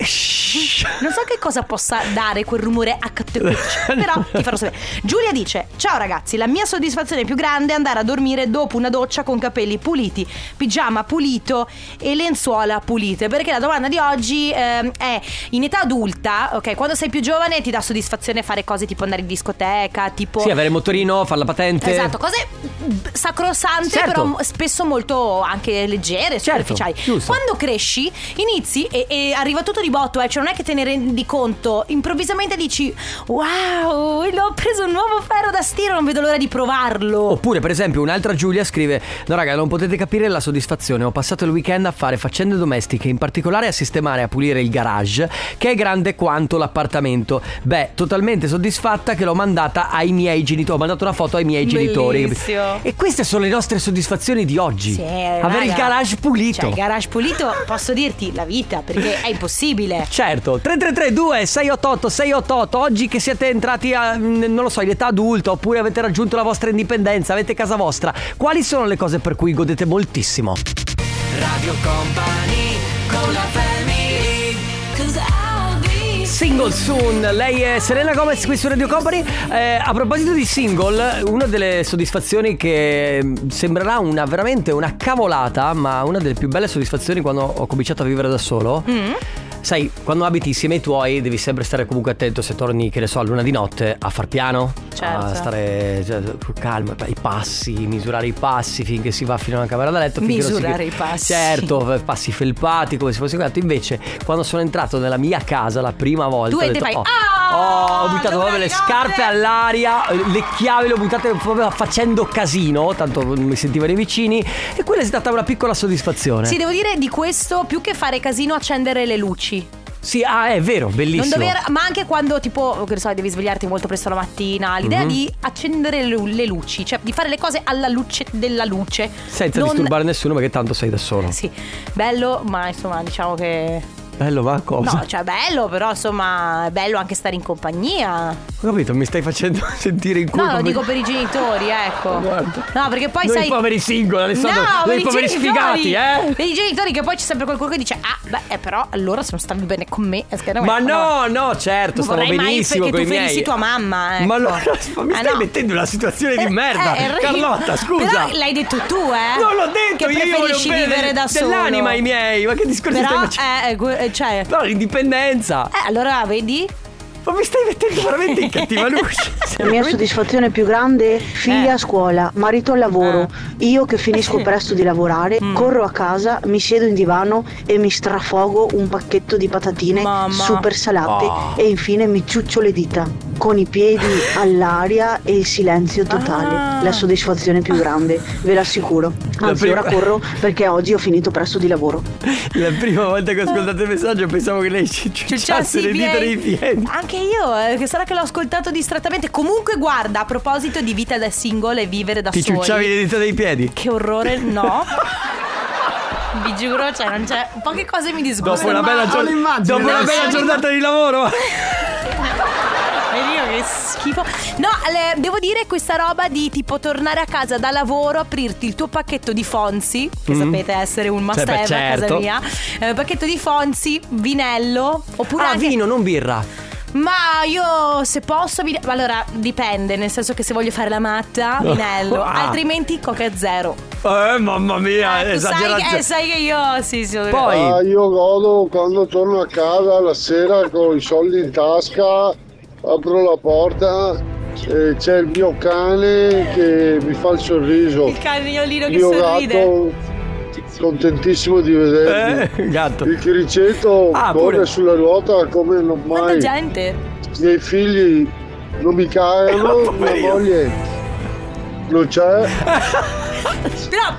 [SPEAKER 1] cioè,
[SPEAKER 2] Non so che cosa possa dare quel rumore HTPC, però ti farò sapere. Giulia dice: Ciao ragazzi, la mia soddisfazione più grande è andare a dormire dopo una doccia con capelli puliti, pigiama pulito e lenzuola pulite. Perché la domanda di oggi ehm, è: in età adulta, ok, quando sei più giovane ti dà soddisfazione fare cose tipo andare in discoteca, tipo.
[SPEAKER 1] Sì, avere il motorino, fare la patente.
[SPEAKER 2] Esatto, cose sacrosante,
[SPEAKER 1] Certo.
[SPEAKER 2] però m- spesso molto anche leggere, superficiali.
[SPEAKER 1] giusto.
[SPEAKER 2] Quando cresci, inizi e, e arriva tutto di botto, eh, cioè non è che te ne rendi conto, improvvisamente dici "Wow, l'ho preso un nuovo ferro da stiro, non vedo l'ora di provarlo".
[SPEAKER 1] Oppure, per esempio, un'altra Giulia scrive: No, raga, non potete capire la soddisfazione. Ho passato il weekend a fare faccende domestiche, in particolare a sistemare e a pulire il garage, che è grande quanto l'appartamento. Beh, totalmente soddisfatta che l'ho mandata ai miei genitori. Ho mandato una foto ai miei genitori.
[SPEAKER 2] Bellissimo.
[SPEAKER 1] E queste sono le nostre soddisfazioni di oggi.
[SPEAKER 2] Sì, raga.
[SPEAKER 1] Avere il garage pulito.
[SPEAKER 2] Cioè, il garage
[SPEAKER 1] (laughs)
[SPEAKER 2] pulito, posso dirti la vita, perché è impossibile.
[SPEAKER 1] Certo, 3332 688 688 Oggi che siete entrati a, mh, non lo so, in età adulta Oppure avete raggiunto la vostra indipendenza Avete casa vostra Quali sono le cose per cui godete moltissimo?
[SPEAKER 3] Radio Company con la family
[SPEAKER 1] Single soon Lei è Serena Gomez qui su Radio Company Eh, A proposito di single Una delle soddisfazioni che mh, sembrerà una, veramente una cavolata Ma una delle più belle soddisfazioni quando ho cominciato a vivere da solo
[SPEAKER 2] Mm?
[SPEAKER 1] Sai, quando abiti insieme ai tuoi devi sempre stare comunque attento se torni, che ne so, a luna di notte a far piano, a
[SPEAKER 2] Certo.
[SPEAKER 1] stare cioè, calmo, i passi, misurare i passi finché si va fino alla camera da letto. finché non si
[SPEAKER 2] Misurare
[SPEAKER 1] chiude.
[SPEAKER 2] i passi.
[SPEAKER 1] Certo, eh, passi felpati come se fosse un gatto. Invece quando sono entrato nella mia casa la prima volta...
[SPEAKER 2] Tu
[SPEAKER 1] ho
[SPEAKER 2] hai
[SPEAKER 1] detto,
[SPEAKER 2] detto,
[SPEAKER 1] "Oh,
[SPEAKER 2] "Ah,
[SPEAKER 1] oh, ho buttato
[SPEAKER 2] luna
[SPEAKER 1] proprio
[SPEAKER 2] di
[SPEAKER 1] le
[SPEAKER 2] notte!"
[SPEAKER 1] scarpe all'aria, eh, le chiavi le ho buttate proprio facendo casino, tanto mi sentivano i vicini e quella è stata una piccola soddisfazione.
[SPEAKER 2] Sì, devo dire di questo più che fare casino accendere le luci.
[SPEAKER 1] Sì, ah, è vero,
[SPEAKER 2] Non
[SPEAKER 1] bellissimo.
[SPEAKER 2] dover, ma anche quando tipo, che ne so, devi svegliarti molto presto la mattina, l'idea
[SPEAKER 1] Mhm.
[SPEAKER 2] di accendere le, lu- le luci, cioè di fare le cose alla luce della luce.
[SPEAKER 1] Senza
[SPEAKER 2] Non- Eh,
[SPEAKER 1] disturbare nessuno perché tanto sei da solo.
[SPEAKER 2] Sì, bello, ma insomma diciamo che...
[SPEAKER 1] Bello, ma cosa?
[SPEAKER 2] No, cioè bello, però insomma è bello anche stare in compagnia.
[SPEAKER 1] Ho capito, mi stai facendo (laughs) sentire in culo.
[SPEAKER 2] no, lo dico per i genitori, ecco. No, perché poi
[SPEAKER 1] Oh, Noi
[SPEAKER 2] sai...
[SPEAKER 1] poveri single, Alessandro,
[SPEAKER 2] No,
[SPEAKER 1] noi
[SPEAKER 2] per i
[SPEAKER 1] poveri
[SPEAKER 2] genitori.
[SPEAKER 1] sfigati, eh?
[SPEAKER 2] Per i genitori che poi c'è sempre qualcuno che dice, ah, beh, eh, però allora se non stavi bene con me... eh, scherzo,
[SPEAKER 1] Ma
[SPEAKER 2] eh,
[SPEAKER 1] no, no, certo, stavo
[SPEAKER 2] Non vorrei mai
[SPEAKER 1] benissimo
[SPEAKER 2] che
[SPEAKER 1] con
[SPEAKER 2] tu
[SPEAKER 1] i miei.
[SPEAKER 2] ferissi tua mamma, ecco.
[SPEAKER 1] Ma allora, (laughs) ma mi
[SPEAKER 2] Ah,
[SPEAKER 1] stai
[SPEAKER 2] no.
[SPEAKER 1] mettendo in una situazione
[SPEAKER 2] Eh,
[SPEAKER 1] di merda.
[SPEAKER 2] eh, Enrico.
[SPEAKER 1] Carlotta, scusa.
[SPEAKER 2] Però l'hai detto tu, eh?
[SPEAKER 1] Non l'ho detto,
[SPEAKER 2] che
[SPEAKER 1] io voglio
[SPEAKER 2] preferisci
[SPEAKER 1] bene
[SPEAKER 2] vivere da solo.
[SPEAKER 1] dell'anima ai miei. Ma che discorso stai
[SPEAKER 2] Però,
[SPEAKER 1] facendo?
[SPEAKER 2] eh, gu- eh, cioè,
[SPEAKER 1] No, l'indipendenza.
[SPEAKER 2] eh, allora vedi?
[SPEAKER 1] Ma mi stai mettendo veramente
[SPEAKER 2] (laughs)
[SPEAKER 1] in cattiva luce.
[SPEAKER 6] La mia soddisfazione più grande, figlia a scuola, marito al lavoro, io che finisco presto di lavorare, corro a casa, mi siedo in divano e mi strafogo un pacchetto di patatine
[SPEAKER 2] Mamma.
[SPEAKER 6] super salate
[SPEAKER 1] Ah.
[SPEAKER 6] e infine mi ciuccio le dita con i piedi all'aria e il silenzio totale.
[SPEAKER 2] Ah.
[SPEAKER 6] La soddisfazione più grande, ve l'assicuro.
[SPEAKER 1] La
[SPEAKER 6] Anzi,
[SPEAKER 1] prima-
[SPEAKER 6] ora corro perché oggi ho finito presto di lavoro.
[SPEAKER 1] La prima volta che ho ascoltato il messaggio pensavo che lei ci ciucciasse le dita Cioè, dei piedi.
[SPEAKER 2] Cioè, Anche io, eh, che sarà che l'ho ascoltato distrattamente. Comunque, guarda, a proposito di vita da single e vivere da
[SPEAKER 1] Ti
[SPEAKER 2] soli.
[SPEAKER 1] ciucciavi le dita dei piedi?
[SPEAKER 2] Che orrore, no.
[SPEAKER 1] (laughs)
[SPEAKER 2] Vi giuro, cioè, non c'è. Poche cose mi disgustano.
[SPEAKER 1] Dopo una
[SPEAKER 2] ma-
[SPEAKER 1] bella, gior-
[SPEAKER 4] l'immagine,
[SPEAKER 1] dopo una
[SPEAKER 2] no,
[SPEAKER 1] bella
[SPEAKER 2] sì.
[SPEAKER 1] giornata di lavoro.
[SPEAKER 2] Vedi io che schifo. No, le- devo dire questa roba di tipo tornare a casa da lavoro, aprirti il tuo pacchetto di Fonzi, che sapete essere un must
[SPEAKER 1] Mm. Cioè, beh,
[SPEAKER 2] have a
[SPEAKER 1] certo.
[SPEAKER 2] casa mia. eh, pacchetto di Fonzi, vinello, oppure
[SPEAKER 1] Ah,
[SPEAKER 2] anche-
[SPEAKER 1] vino, non birra.
[SPEAKER 2] Ma io se posso vin- allora dipende, nel senso che se voglio fare la matta, vinello,
[SPEAKER 1] Ah.
[SPEAKER 2] altrimenti Coca Zero.
[SPEAKER 1] Eh, mamma mia,
[SPEAKER 2] Eh, tu sai
[SPEAKER 1] esagerazione.
[SPEAKER 2] che, eh, sai che io sì, sì. ho-
[SPEAKER 7] Ah,
[SPEAKER 1] Poi,
[SPEAKER 7] io godo quando torno a casa la sera con i soldi in tasca, apro la porta e c'è il mio cane che mi fa il sorriso.
[SPEAKER 2] Il cagnolino che
[SPEAKER 7] mio
[SPEAKER 2] sorride.
[SPEAKER 7] gatto contentissimo di vedermi.
[SPEAKER 1] eh, gatto.
[SPEAKER 7] Il criceto
[SPEAKER 1] Ah,
[SPEAKER 7] corre
[SPEAKER 1] pure.
[SPEAKER 7] sulla ruota come non
[SPEAKER 2] Quanta
[SPEAKER 7] mai.
[SPEAKER 2] gente.
[SPEAKER 7] I miei figli non mi cagano, mia
[SPEAKER 1] poverino.
[SPEAKER 7] moglie non c'è,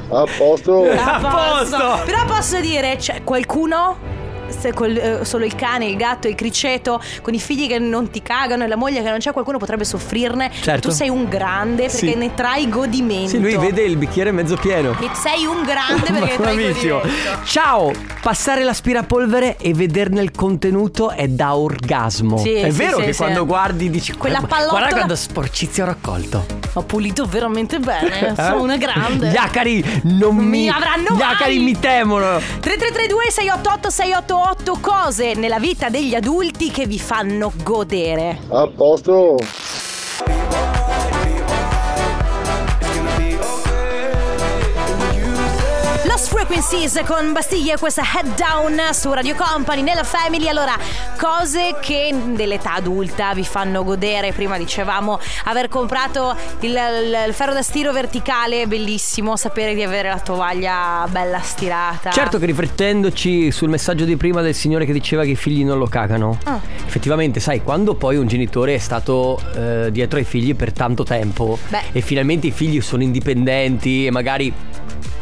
[SPEAKER 2] Però
[SPEAKER 7] a posto.
[SPEAKER 1] A
[SPEAKER 2] A posto.
[SPEAKER 1] posto.
[SPEAKER 2] Però posso dire, c'è cioè, qualcuno se col- eh, solo il cane, il gatto, il criceto, con i figli che non ti cagano e la moglie che non c'è, qualcuno potrebbe soffrirne.
[SPEAKER 1] Certo.
[SPEAKER 2] Tu sei un grande perché
[SPEAKER 1] Sì.
[SPEAKER 2] ne trai godimento.
[SPEAKER 1] Sì, lui vede il bicchiere mezzo pieno.
[SPEAKER 2] E sei
[SPEAKER 1] (laughs)
[SPEAKER 2] un grande perché ne
[SPEAKER 1] Ma
[SPEAKER 2] trai
[SPEAKER 1] bravissimo.
[SPEAKER 2] godimento.
[SPEAKER 1] Ciao! Passare l'aspirapolvere e vederne il contenuto è da orgasmo.
[SPEAKER 2] Sì,
[SPEAKER 1] è
[SPEAKER 2] sì,
[SPEAKER 1] vero
[SPEAKER 2] sì,
[SPEAKER 1] che
[SPEAKER 2] sì.
[SPEAKER 1] quando guardi dici "Eh,
[SPEAKER 2] Quella
[SPEAKER 1] "Guarda-
[SPEAKER 2] pallottola-
[SPEAKER 1] Guarda quanto sporcizia ho raccolto.
[SPEAKER 2] Ho pulito veramente bene, sono
[SPEAKER 1] Eh?
[SPEAKER 2] una
[SPEAKER 1] (laughs)
[SPEAKER 2] grande.
[SPEAKER 1] Gli acari non
[SPEAKER 2] Non
[SPEAKER 1] mi.
[SPEAKER 2] mi avranno
[SPEAKER 1] Gli
[SPEAKER 2] mai. Ah.
[SPEAKER 1] acari mi temono.
[SPEAKER 2] 3332 688 688 cose nella vita degli adulti che vi fanno godere.
[SPEAKER 7] A posto?
[SPEAKER 2] Lost Frequencies con Bastiglie, questa head down su Radio Company nella Family. Allora, cose che dell'età adulta vi fanno godere. Prima dicevamo aver comprato il, il- il ferro da stiro verticale, bellissimo, sapere di avere la tovaglia bella stirata.
[SPEAKER 1] Certo che riflettendoci sul messaggio di prima del signore che diceva che i figli non lo cagano,
[SPEAKER 2] Ah.
[SPEAKER 1] effettivamente, sai, quando poi un genitore è stato eh, dietro ai figli per tanto tempo
[SPEAKER 2] Beh.
[SPEAKER 1] e finalmente i figli sono indipendenti e magari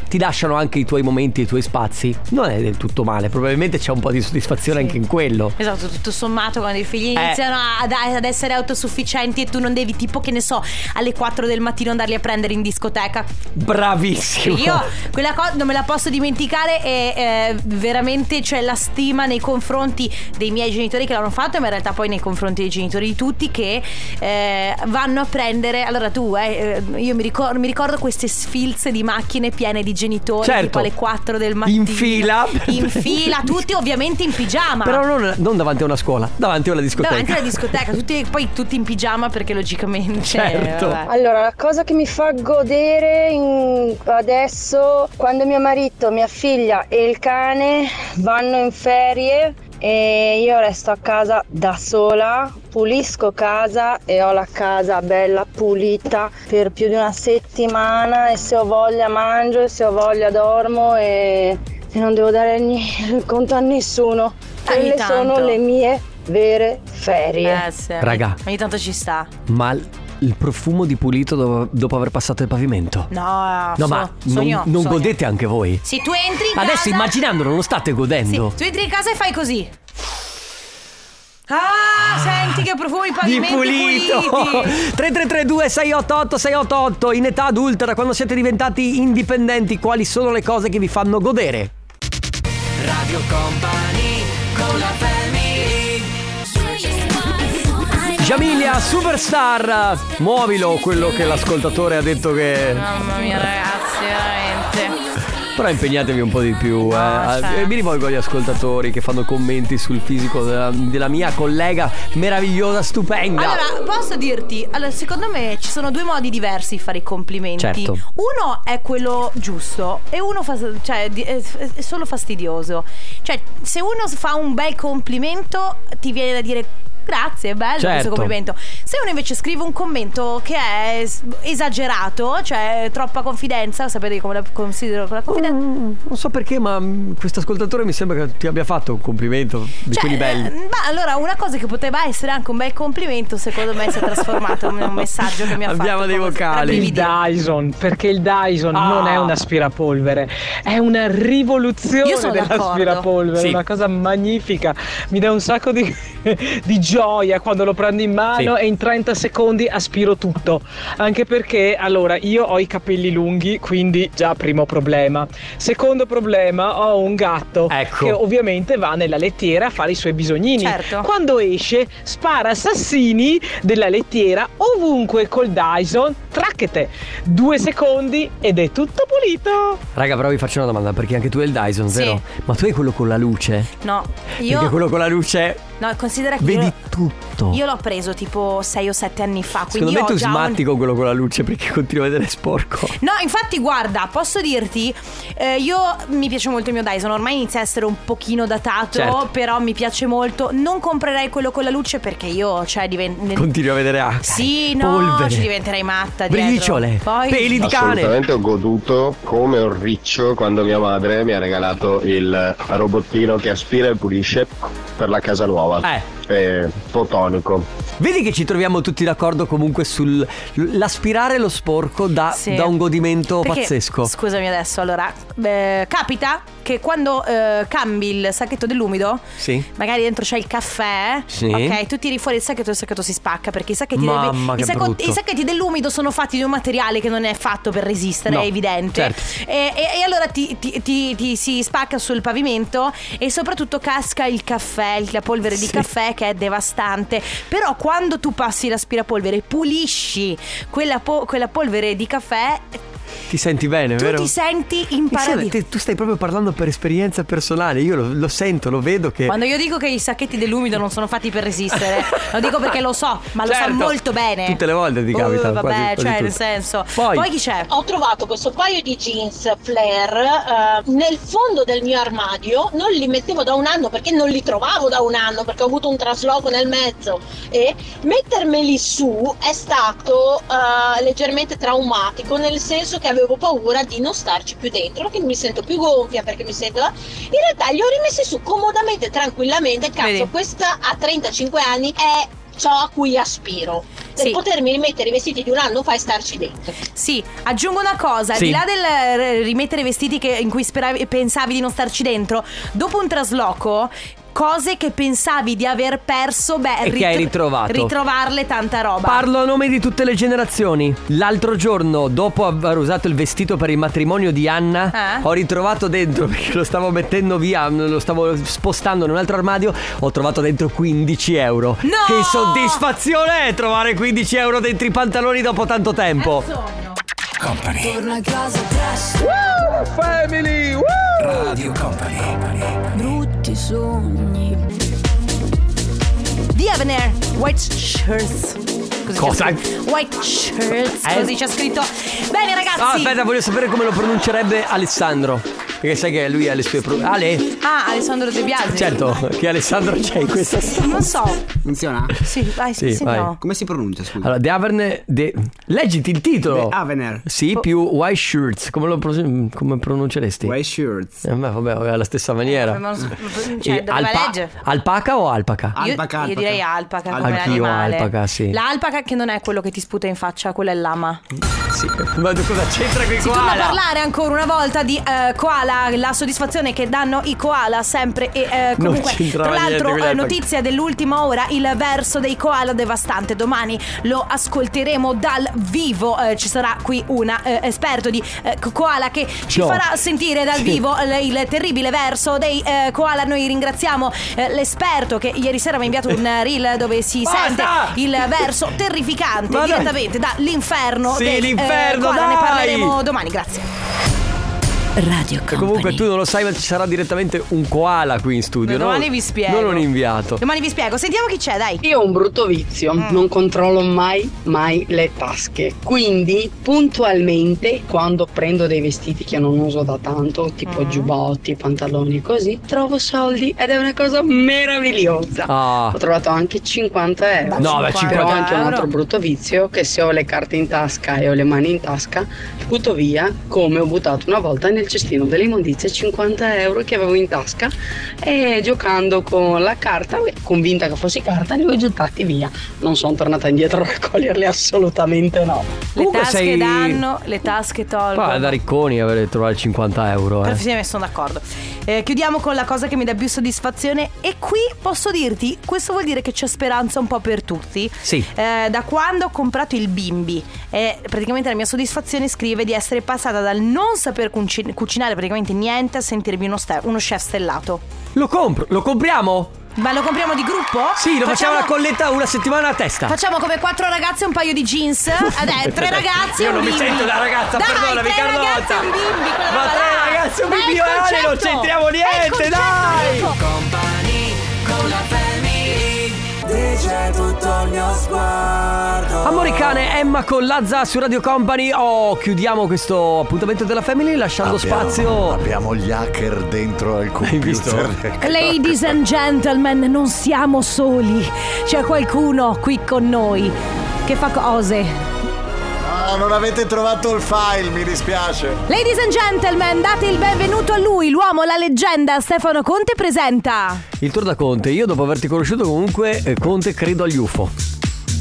[SPEAKER 1] ti lasciano anche i tuoi momenti, i tuoi spazi, non è del tutto male, probabilmente c'è un po' di soddisfazione anche in quello.
[SPEAKER 2] Esatto, tutto sommato quando i figli
[SPEAKER 1] Eh.
[SPEAKER 2] iniziano ad, ad essere autosufficienti e tu non devi tipo che ne so alle 4 del mattino andarli a prendere in discoteca.
[SPEAKER 1] Bravissimo!
[SPEAKER 2] Io quella cosa non me la posso dimenticare e eh, veramente c'è la stima nei confronti dei miei genitori che l'hanno fatto, ma in realtà poi nei confronti dei genitori di tutti che eh, vanno a prendere. Allora tu, eh, eh, io mi ricordo, mi ricordo queste sfilze di macchine piene di genitori,
[SPEAKER 1] Certo.
[SPEAKER 2] tipo alle 4 del mattino.
[SPEAKER 1] In fila.
[SPEAKER 2] In
[SPEAKER 1] (laughs)
[SPEAKER 2] fila, tutti ovviamente in pigiama.
[SPEAKER 1] Però non, non davanti a una scuola, davanti a una discoteca.
[SPEAKER 2] Davanti alla discoteca, tutti, poi tutti in pigiama perché logicamente... eh,
[SPEAKER 1] Certo.
[SPEAKER 2] vabbè.
[SPEAKER 8] Allora, la cosa che mi fa godere in- adesso, quando mio marito, mia figlia e il cane vanno in ferie e io resto a casa da sola, pulisco casa e ho la casa bella pulita per più di una settimana e se ho voglia mangio e se ho voglia dormo e, e non devo dare ni- (laughs) conto a nessuno.
[SPEAKER 2] Ogni
[SPEAKER 8] Quelle sono
[SPEAKER 2] tanto.
[SPEAKER 8] le mie vere ferie.
[SPEAKER 2] Eh, sì.
[SPEAKER 1] Raga.
[SPEAKER 2] Ogni tanto ci sta.
[SPEAKER 1] Ma l- il profumo di pulito do- dopo aver passato il pavimento.
[SPEAKER 2] No,
[SPEAKER 1] No,
[SPEAKER 2] so-
[SPEAKER 1] ma non-
[SPEAKER 2] sogno,
[SPEAKER 1] non
[SPEAKER 2] sogno.
[SPEAKER 1] godete anche voi?
[SPEAKER 2] Sì, tu entri in
[SPEAKER 1] Adesso
[SPEAKER 2] casa.
[SPEAKER 1] immaginandolo, non lo state
[SPEAKER 2] Sì,
[SPEAKER 1] godendo.
[SPEAKER 2] tu entri in casa e fai così. Ah, senti che profumo di
[SPEAKER 1] Di
[SPEAKER 2] pavimenti
[SPEAKER 1] pulito (laughs)
[SPEAKER 2] puliti.
[SPEAKER 1] 3332 688 688 In età adulta da quando siete diventati indipendenti Quali sono le cose che vi fanno godere?
[SPEAKER 3] Radio Company con la family
[SPEAKER 1] Giamilia, superstar Muovilo quello che l'ascoltatore ha detto che
[SPEAKER 2] Mamma mia, ragazzi, veramente.
[SPEAKER 1] Però impegnatevi un po' di più eh.
[SPEAKER 2] No, cioè.
[SPEAKER 1] Eh, Mi rivolgo agli ascoltatori che fanno commenti sul fisico della, della mia collega Meravigliosa, stupenda
[SPEAKER 2] Allora, posso dirti, allora, secondo me ci sono due modi diversi di fare i complimenti.
[SPEAKER 1] Certo.
[SPEAKER 2] Uno è quello giusto e uno fa- cioè, di- è, è solo fastidioso. Cioè, se uno fa un bel complimento, ti viene da dire grazie, è bello
[SPEAKER 1] Certo.
[SPEAKER 2] questo complimento. Se uno invece scrive un commento che è es- esagerato, cioè troppa confidenza, sapete come la considero con la confidenza?
[SPEAKER 1] Mm, Non so perché ma mm, questo ascoltatore mi sembra che ti abbia fatto un complimento di
[SPEAKER 2] Cioè,
[SPEAKER 1] quelli belli
[SPEAKER 2] eh, Ma allora una cosa che poteva essere anche un bel complimento, secondo me si è trasformato in un messaggio che mi ha fatto.
[SPEAKER 1] Abbiamo dei
[SPEAKER 2] proprio
[SPEAKER 1] vocali.
[SPEAKER 2] tre
[SPEAKER 9] Il
[SPEAKER 2] brividi.
[SPEAKER 9] Dyson, perché il Dyson
[SPEAKER 1] Ah.
[SPEAKER 9] non è un aspirapolvere, è una
[SPEAKER 2] Io
[SPEAKER 9] rivoluzione
[SPEAKER 2] sono
[SPEAKER 9] dell'aspirapolvere,
[SPEAKER 1] Sì.
[SPEAKER 9] una cosa magnifica. Mi dà un sacco di, (laughs) di gioia quando lo prendo in mano
[SPEAKER 1] Sì.
[SPEAKER 9] e in 30 secondi aspiro tutto. Anche perché, allora, io ho i capelli lunghi, quindi già primo problema. Secondo problema, ho un gatto
[SPEAKER 1] Ecco.
[SPEAKER 9] che ovviamente va nella lettiera a fare i suoi bisognini.
[SPEAKER 2] Certo.
[SPEAKER 9] Quando esce, spara assassini della lettiera ovunque col Dyson, tracchete. Due secondi ed è tutto pulito.
[SPEAKER 1] Raga, però vi faccio una domanda perché anche tu hai il Dyson,
[SPEAKER 2] Sì.
[SPEAKER 1] vero? Ma tu hai quello con la luce?
[SPEAKER 2] No,
[SPEAKER 1] Perché
[SPEAKER 2] io
[SPEAKER 1] quello con la luce
[SPEAKER 2] no, considera che
[SPEAKER 1] vedi
[SPEAKER 2] io,
[SPEAKER 1] tutto.
[SPEAKER 2] io l'ho preso tipo 6 o 7 anni fa,
[SPEAKER 1] Secondo
[SPEAKER 2] quindi
[SPEAKER 1] me
[SPEAKER 2] io ho
[SPEAKER 1] tu
[SPEAKER 2] già
[SPEAKER 1] smatti
[SPEAKER 2] un-
[SPEAKER 1] con quello con la luce perché continui a vedere
[SPEAKER 2] (laughs)
[SPEAKER 1] sporco.
[SPEAKER 2] No, infatti guarda, posso dirti, eh, io mi piace molto il mio Dyson, ormai inizia a essere un pochino datato,
[SPEAKER 1] Certo.
[SPEAKER 2] però mi piace molto. Non comprerei quello con la luce perché io, cioè, divento...
[SPEAKER 1] Continui a vedere acqua. (laughs)
[SPEAKER 2] Sì, no,
[SPEAKER 1] polvere,
[SPEAKER 2] ci diventerei matta dietro.
[SPEAKER 1] briciole,
[SPEAKER 2] Poi-
[SPEAKER 1] peli di cane.
[SPEAKER 10] Assolutamente ho goduto come un riccio quando mia madre mi ha regalato il robottino che aspira e pulisce per la casa nuova.
[SPEAKER 1] Eh.
[SPEAKER 10] eh, fotonico.
[SPEAKER 1] Vedi che ci troviamo tutti d'accordo comunque sull'aspirare lo sporco da,
[SPEAKER 2] Sì.
[SPEAKER 1] ah, da un godimento
[SPEAKER 2] Perché,
[SPEAKER 1] pazzesco.
[SPEAKER 2] Scusami adesso, allora, eh, capita che quando eh, cambi il sacchetto dell'umido,
[SPEAKER 1] Sì.
[SPEAKER 2] magari dentro c'è il caffè,
[SPEAKER 1] Sì.
[SPEAKER 2] ok, tu tiri fuori il sacchetto e il sacchetto si spacca perché i sacchetti, del-
[SPEAKER 1] Mamma,
[SPEAKER 2] i,
[SPEAKER 1] che
[SPEAKER 2] sacco-
[SPEAKER 1] brutto.
[SPEAKER 2] i sacchetti dell'umido sono fatti di un materiale che non è fatto per resistere,
[SPEAKER 1] No,
[SPEAKER 2] è evidente.
[SPEAKER 1] certo.
[SPEAKER 2] E, e- e allora ti, ti- ti- ti si spacca sul pavimento e soprattutto casca il caffè, il- la polvere di
[SPEAKER 1] Sì.
[SPEAKER 2] caffè che è devastante. Però quando tu passi l'aspirapolvere e pulisci quella, po- quella polvere di caffè,
[SPEAKER 1] Ti senti bene,
[SPEAKER 2] tu
[SPEAKER 1] vero?
[SPEAKER 2] ti senti in
[SPEAKER 1] Mi sembra-
[SPEAKER 2] paradiso.
[SPEAKER 1] te- tu stai proprio parlando per esperienza personale, io lo, lo sento, lo vedo che...
[SPEAKER 2] Quando io dico che i sacchetti dell'umido non sono fatti
[SPEAKER 1] (laughs)
[SPEAKER 2] per resistere, lo dico perché lo so, ma
[SPEAKER 1] Certo.
[SPEAKER 2] lo so molto bene.
[SPEAKER 1] Tutte le volte ti capita,
[SPEAKER 2] Oh, vabbè,
[SPEAKER 1] quasi- quasi
[SPEAKER 2] cioè,
[SPEAKER 1] tutte.
[SPEAKER 2] nel senso.
[SPEAKER 1] Poi-
[SPEAKER 2] Poi, chi c'è?
[SPEAKER 11] Ho trovato questo paio di jeans flare eh, nel fondo del mio armadio, non li mettevo da un anno perché non li trovavo da un anno perché ho avuto un trasloco nel mezzo e mettermeli su è stato eh, leggermente traumatico nel senso che avevo paura di non starci più dentro, che mi sento più gonfia perché mi sento... In realtà li ho rimessi su comodamente, tranquillamente, cazzo
[SPEAKER 2] Vedi?
[SPEAKER 11] questa a 35 anni è ciò a cui aspiro, per
[SPEAKER 2] Sì.
[SPEAKER 11] potermi rimettere i vestiti di un anno fa e starci dentro.
[SPEAKER 2] Sì, aggiungo una cosa, al
[SPEAKER 11] Sì.
[SPEAKER 2] di là del eh, rimettere vestiti che- in cui speravi- pensavi di non starci dentro, dopo un trasloco cose che pensavi di aver perso, beh,
[SPEAKER 1] E che hai ritrovato.
[SPEAKER 2] ritrovarle tanta roba.
[SPEAKER 1] Parlo a nome di tutte le generazioni. L'altro giorno, dopo aver usato il vestito per il matrimonio di Anna,
[SPEAKER 2] Eh?
[SPEAKER 1] ho ritrovato dentro, (laughs) perché lo stavo mettendo via, lo stavo spostando in un altro armadio, ho trovato dentro 15 euro.
[SPEAKER 2] No!
[SPEAKER 1] Che soddisfazione è trovare 15 euro dentro i pantaloni dopo tanto tempo.
[SPEAKER 2] Eh,
[SPEAKER 1] Company.
[SPEAKER 3] Torno a casa presto. Woo! Family! Woo! Radio Company. Brutti sogni.
[SPEAKER 2] The Avener White Shirts. Così
[SPEAKER 1] Cosa?
[SPEAKER 2] c'è scritto. White Shirts.
[SPEAKER 1] Eh?
[SPEAKER 2] Così c'è scritto. Bene, ragazzi.
[SPEAKER 1] Ah, aspetta, voglio sapere come lo pronuncierebbe Alessandro. Perché sai che lui ha le sue pro- Ale?
[SPEAKER 2] Ah, Alessandro De Biasi.
[SPEAKER 1] Certo, che Alessandro c'è in questa
[SPEAKER 2] Non so.
[SPEAKER 4] Funziona?
[SPEAKER 2] Sì, vai,
[SPEAKER 1] Sì, vai.
[SPEAKER 2] sentiamo.
[SPEAKER 4] Come si pronuncia, scusa?
[SPEAKER 1] Allora, The Averne. The... Leggiti il titolo!
[SPEAKER 4] The Avener.
[SPEAKER 1] Sì, più White Shirts. Come lo pro- come pronunceresti? White
[SPEAKER 4] Shirts.
[SPEAKER 1] Eh, beh, vabbè, alla stessa maniera.
[SPEAKER 2] Eh, Ma non so-
[SPEAKER 1] E
[SPEAKER 2] Cioè, doveva
[SPEAKER 1] alpa-
[SPEAKER 2] leggere.
[SPEAKER 1] Alpaca o alpaca?
[SPEAKER 2] Io- io, direi alpaca come
[SPEAKER 1] Anch'io
[SPEAKER 2] l'animale.
[SPEAKER 1] alpaca, sì.
[SPEAKER 2] L'alpaca che non è quello che ti sputa in faccia, quello è il lama.
[SPEAKER 1] Sì. (laughs) Ma cosa c'entra qui
[SPEAKER 2] Si torna a parlare ancora una volta di eh, koala, la soddisfazione che danno i koala sempre e eh,
[SPEAKER 1] Non
[SPEAKER 2] comunque
[SPEAKER 1] c'entrava
[SPEAKER 2] tra
[SPEAKER 1] niente,
[SPEAKER 2] l'altro eh,
[SPEAKER 1] quella-
[SPEAKER 2] notizia dell'ultima ora, il verso dei koala devastante, domani lo ascolteremo dal vivo, Eh, ci sarà qui un esperto di eh, koala che ci
[SPEAKER 12] No.
[SPEAKER 2] farà sentire dal
[SPEAKER 12] Sì.
[SPEAKER 2] vivo l- il terribile verso dei eh, koala, noi ringraziamo eh, l'esperto che ieri sera mi ha inviato un eh, reel dove si
[SPEAKER 1] Basta!
[SPEAKER 2] sente il verso terrificante
[SPEAKER 1] Ma dai.
[SPEAKER 2] direttamente dall'inferno
[SPEAKER 1] Sì,
[SPEAKER 2] dei, eh,
[SPEAKER 1] l'inferno,
[SPEAKER 2] koala. ne
[SPEAKER 1] dai!
[SPEAKER 2] parleremo domani, grazie. Radio
[SPEAKER 1] E comunque tu non lo sai, ma ci sarà direttamente un koala qui in studio.
[SPEAKER 2] Domani
[SPEAKER 1] non-
[SPEAKER 2] vi spiego.
[SPEAKER 1] Non un inviato.
[SPEAKER 2] Domani vi spiego, sentiamo chi c'è, dai.
[SPEAKER 13] Io ho un brutto vizio, non controllo mai, mai le tasche. Quindi puntualmente quando prendo dei vestiti che non uso da tanto, tipo giubbotti, pantaloni, così, trovo soldi ed è una cosa meravigliosa.
[SPEAKER 1] Ah.
[SPEAKER 13] Ho trovato anche 50 euro.
[SPEAKER 1] No, beh, 50
[SPEAKER 13] Però ho anche un
[SPEAKER 1] euro.
[SPEAKER 13] altro brutto vizio che se ho le carte in tasca e ho le mani in tasca, butto via come ho buttato una volta nel cestino delle immondizie 50 euro che avevo in tasca e giocando con la carta, convinta che fossi carta, li ho gettati via. Non sono tornata indietro a raccoglierli assolutamente no.
[SPEAKER 2] Le
[SPEAKER 1] Comunque
[SPEAKER 2] tasche
[SPEAKER 1] sei-
[SPEAKER 2] danno, le tasche
[SPEAKER 1] Qua da
[SPEAKER 2] tolgono.
[SPEAKER 1] Ricconi avrei trovato 50 euro. Eh.
[SPEAKER 2] Perfettamente, sono d'accordo. Eh, chiudiamo con la cosa che mi dà più soddisfazione. E qui posso dirti: questo vuol dire che c'è speranza un po' per tutti.
[SPEAKER 1] Sì.
[SPEAKER 2] Eh, da quando ho comprato il bimbi, eh, praticamente la mia soddisfazione scrive di essere passata dal non saper cuci- cucinare praticamente niente a sentirmi uno, ste- uno chef stellato.
[SPEAKER 1] Lo compro, lo compriamo?
[SPEAKER 2] Ma lo compriamo di gruppo?
[SPEAKER 1] Sì, lo facciamo la colletta una settimana a testa.
[SPEAKER 2] Facciamo come quattro ragazze e un paio di
[SPEAKER 1] (laughs)
[SPEAKER 2] jeans. Vabbè, tre ragazzi e
[SPEAKER 1] Io
[SPEAKER 2] un
[SPEAKER 1] non mi
[SPEAKER 2] bimbi.
[SPEAKER 1] sento da ragazza,
[SPEAKER 2] Dai,
[SPEAKER 1] perdonami,
[SPEAKER 2] tre
[SPEAKER 1] Carlotta.
[SPEAKER 2] ragazze e un bimbi,
[SPEAKER 1] Ma
[SPEAKER 2] quella roba
[SPEAKER 1] tre
[SPEAKER 2] là.
[SPEAKER 1] ragazzi e un
[SPEAKER 2] Ma è
[SPEAKER 1] bimbi,
[SPEAKER 2] il
[SPEAKER 1] Ale, non
[SPEAKER 2] concetto.
[SPEAKER 1] c'entriamo
[SPEAKER 2] È il
[SPEAKER 1] niente,
[SPEAKER 2] concetto,
[SPEAKER 1] dai.
[SPEAKER 2] Enrico.
[SPEAKER 3] Company con la family. Dice tutto il mio sguardo.
[SPEAKER 1] Amori cane, Emma con Lazza su Radio Company. Oh, chiudiamo questo appuntamento della Family lasciando spazio.
[SPEAKER 14] Abbiamo gli hacker dentro al computer.
[SPEAKER 2] Ladies and gentlemen, non siamo soli. C'è qualcuno qui con noi che fa cose.
[SPEAKER 9] No, Oh, non avete trovato il file, mi dispiace.
[SPEAKER 2] Ladies and gentlemen, date il benvenuto a lui, l'uomo, la leggenda, Stefano Conte presenta.
[SPEAKER 1] Il tour da Conte, io dopo averti conosciuto comunque, eh, Conte credo agli UFO.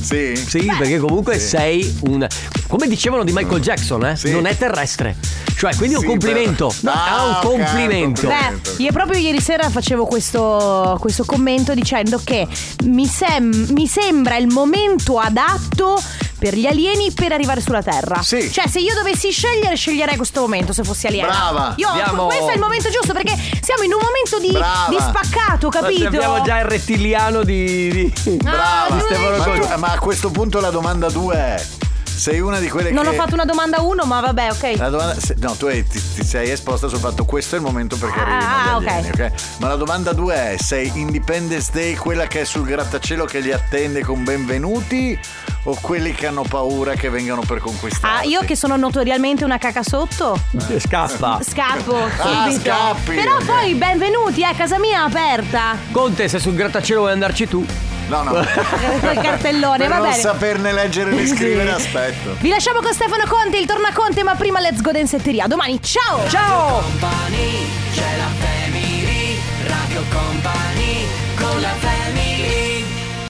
[SPEAKER 9] Sì.
[SPEAKER 1] Sì, perché comunque
[SPEAKER 9] Sì.
[SPEAKER 1] sei un... Come dicevano di Michael Jackson, eh? Non è terrestre. Cioè, quindi
[SPEAKER 9] Sì,
[SPEAKER 1] un complimento.
[SPEAKER 9] beh.
[SPEAKER 1] Ah, un
[SPEAKER 9] Ah, ok,
[SPEAKER 1] complimento.
[SPEAKER 2] Beh, io proprio ieri sera facevo questo, questo commento dicendo che mi, sem- mi sembra il momento adatto per gli alieni per arrivare sulla Terra. Sì. Cioè, se io dovessi scegliere, sceglierei questo momento se fossi aliena.
[SPEAKER 1] Brava.
[SPEAKER 2] Io,
[SPEAKER 1] Abbiamo-
[SPEAKER 2] Questo è il momento giusto perché siamo in un momento di,
[SPEAKER 9] Brava.
[SPEAKER 2] di spaccato, capito? Ah,
[SPEAKER 1] Abbiamo già il rettiliano di... di-
[SPEAKER 9] Brava.
[SPEAKER 1] di Stefano
[SPEAKER 9] ma,
[SPEAKER 1] Conte.
[SPEAKER 9] tu- Eh, ma a questo punto la domanda 2 è: sei una di quelle
[SPEAKER 2] Non
[SPEAKER 9] che. Eh,
[SPEAKER 2] ho fatto una domanda a uno, ma vabbè, ok.
[SPEAKER 9] La domanda, se- no, tu hai- ti, ti sei esposta sul fatto questo è il momento perché
[SPEAKER 2] Ah,
[SPEAKER 9] arrivino
[SPEAKER 2] ah,
[SPEAKER 9] gli
[SPEAKER 2] ok.
[SPEAKER 9] alieni, ok? Ma la domanda 2 è: sei Independence Day quella che è sul grattacielo che li attende con benvenuti o quelli che hanno paura che vengano per conquistare?
[SPEAKER 2] Ah, io che sono notoriamente una caca sotto.
[SPEAKER 1] Scappa.
[SPEAKER 2] Scappo.
[SPEAKER 9] Ah,
[SPEAKER 2] subito.
[SPEAKER 9] scappi,
[SPEAKER 2] Però
[SPEAKER 9] ok.
[SPEAKER 2] poi benvenuti a casa mia aperta.
[SPEAKER 1] Conte, se sul grattacielo vuoi andarci tu.
[SPEAKER 9] No, no.
[SPEAKER 2] Col (laughs) cartellone,
[SPEAKER 9] per
[SPEAKER 2] va
[SPEAKER 9] non
[SPEAKER 2] bene.
[SPEAKER 9] saperne
[SPEAKER 2] (laughs)
[SPEAKER 9] leggere né
[SPEAKER 2] Sì.
[SPEAKER 9] scrivere, aspetto.
[SPEAKER 2] Vi lasciamo con Stefano Conte, il tornaconte, ma prima let's go densetteria. Domani, ciao! Ciao!
[SPEAKER 4] Company, c'è la family, Radio Company, con la family.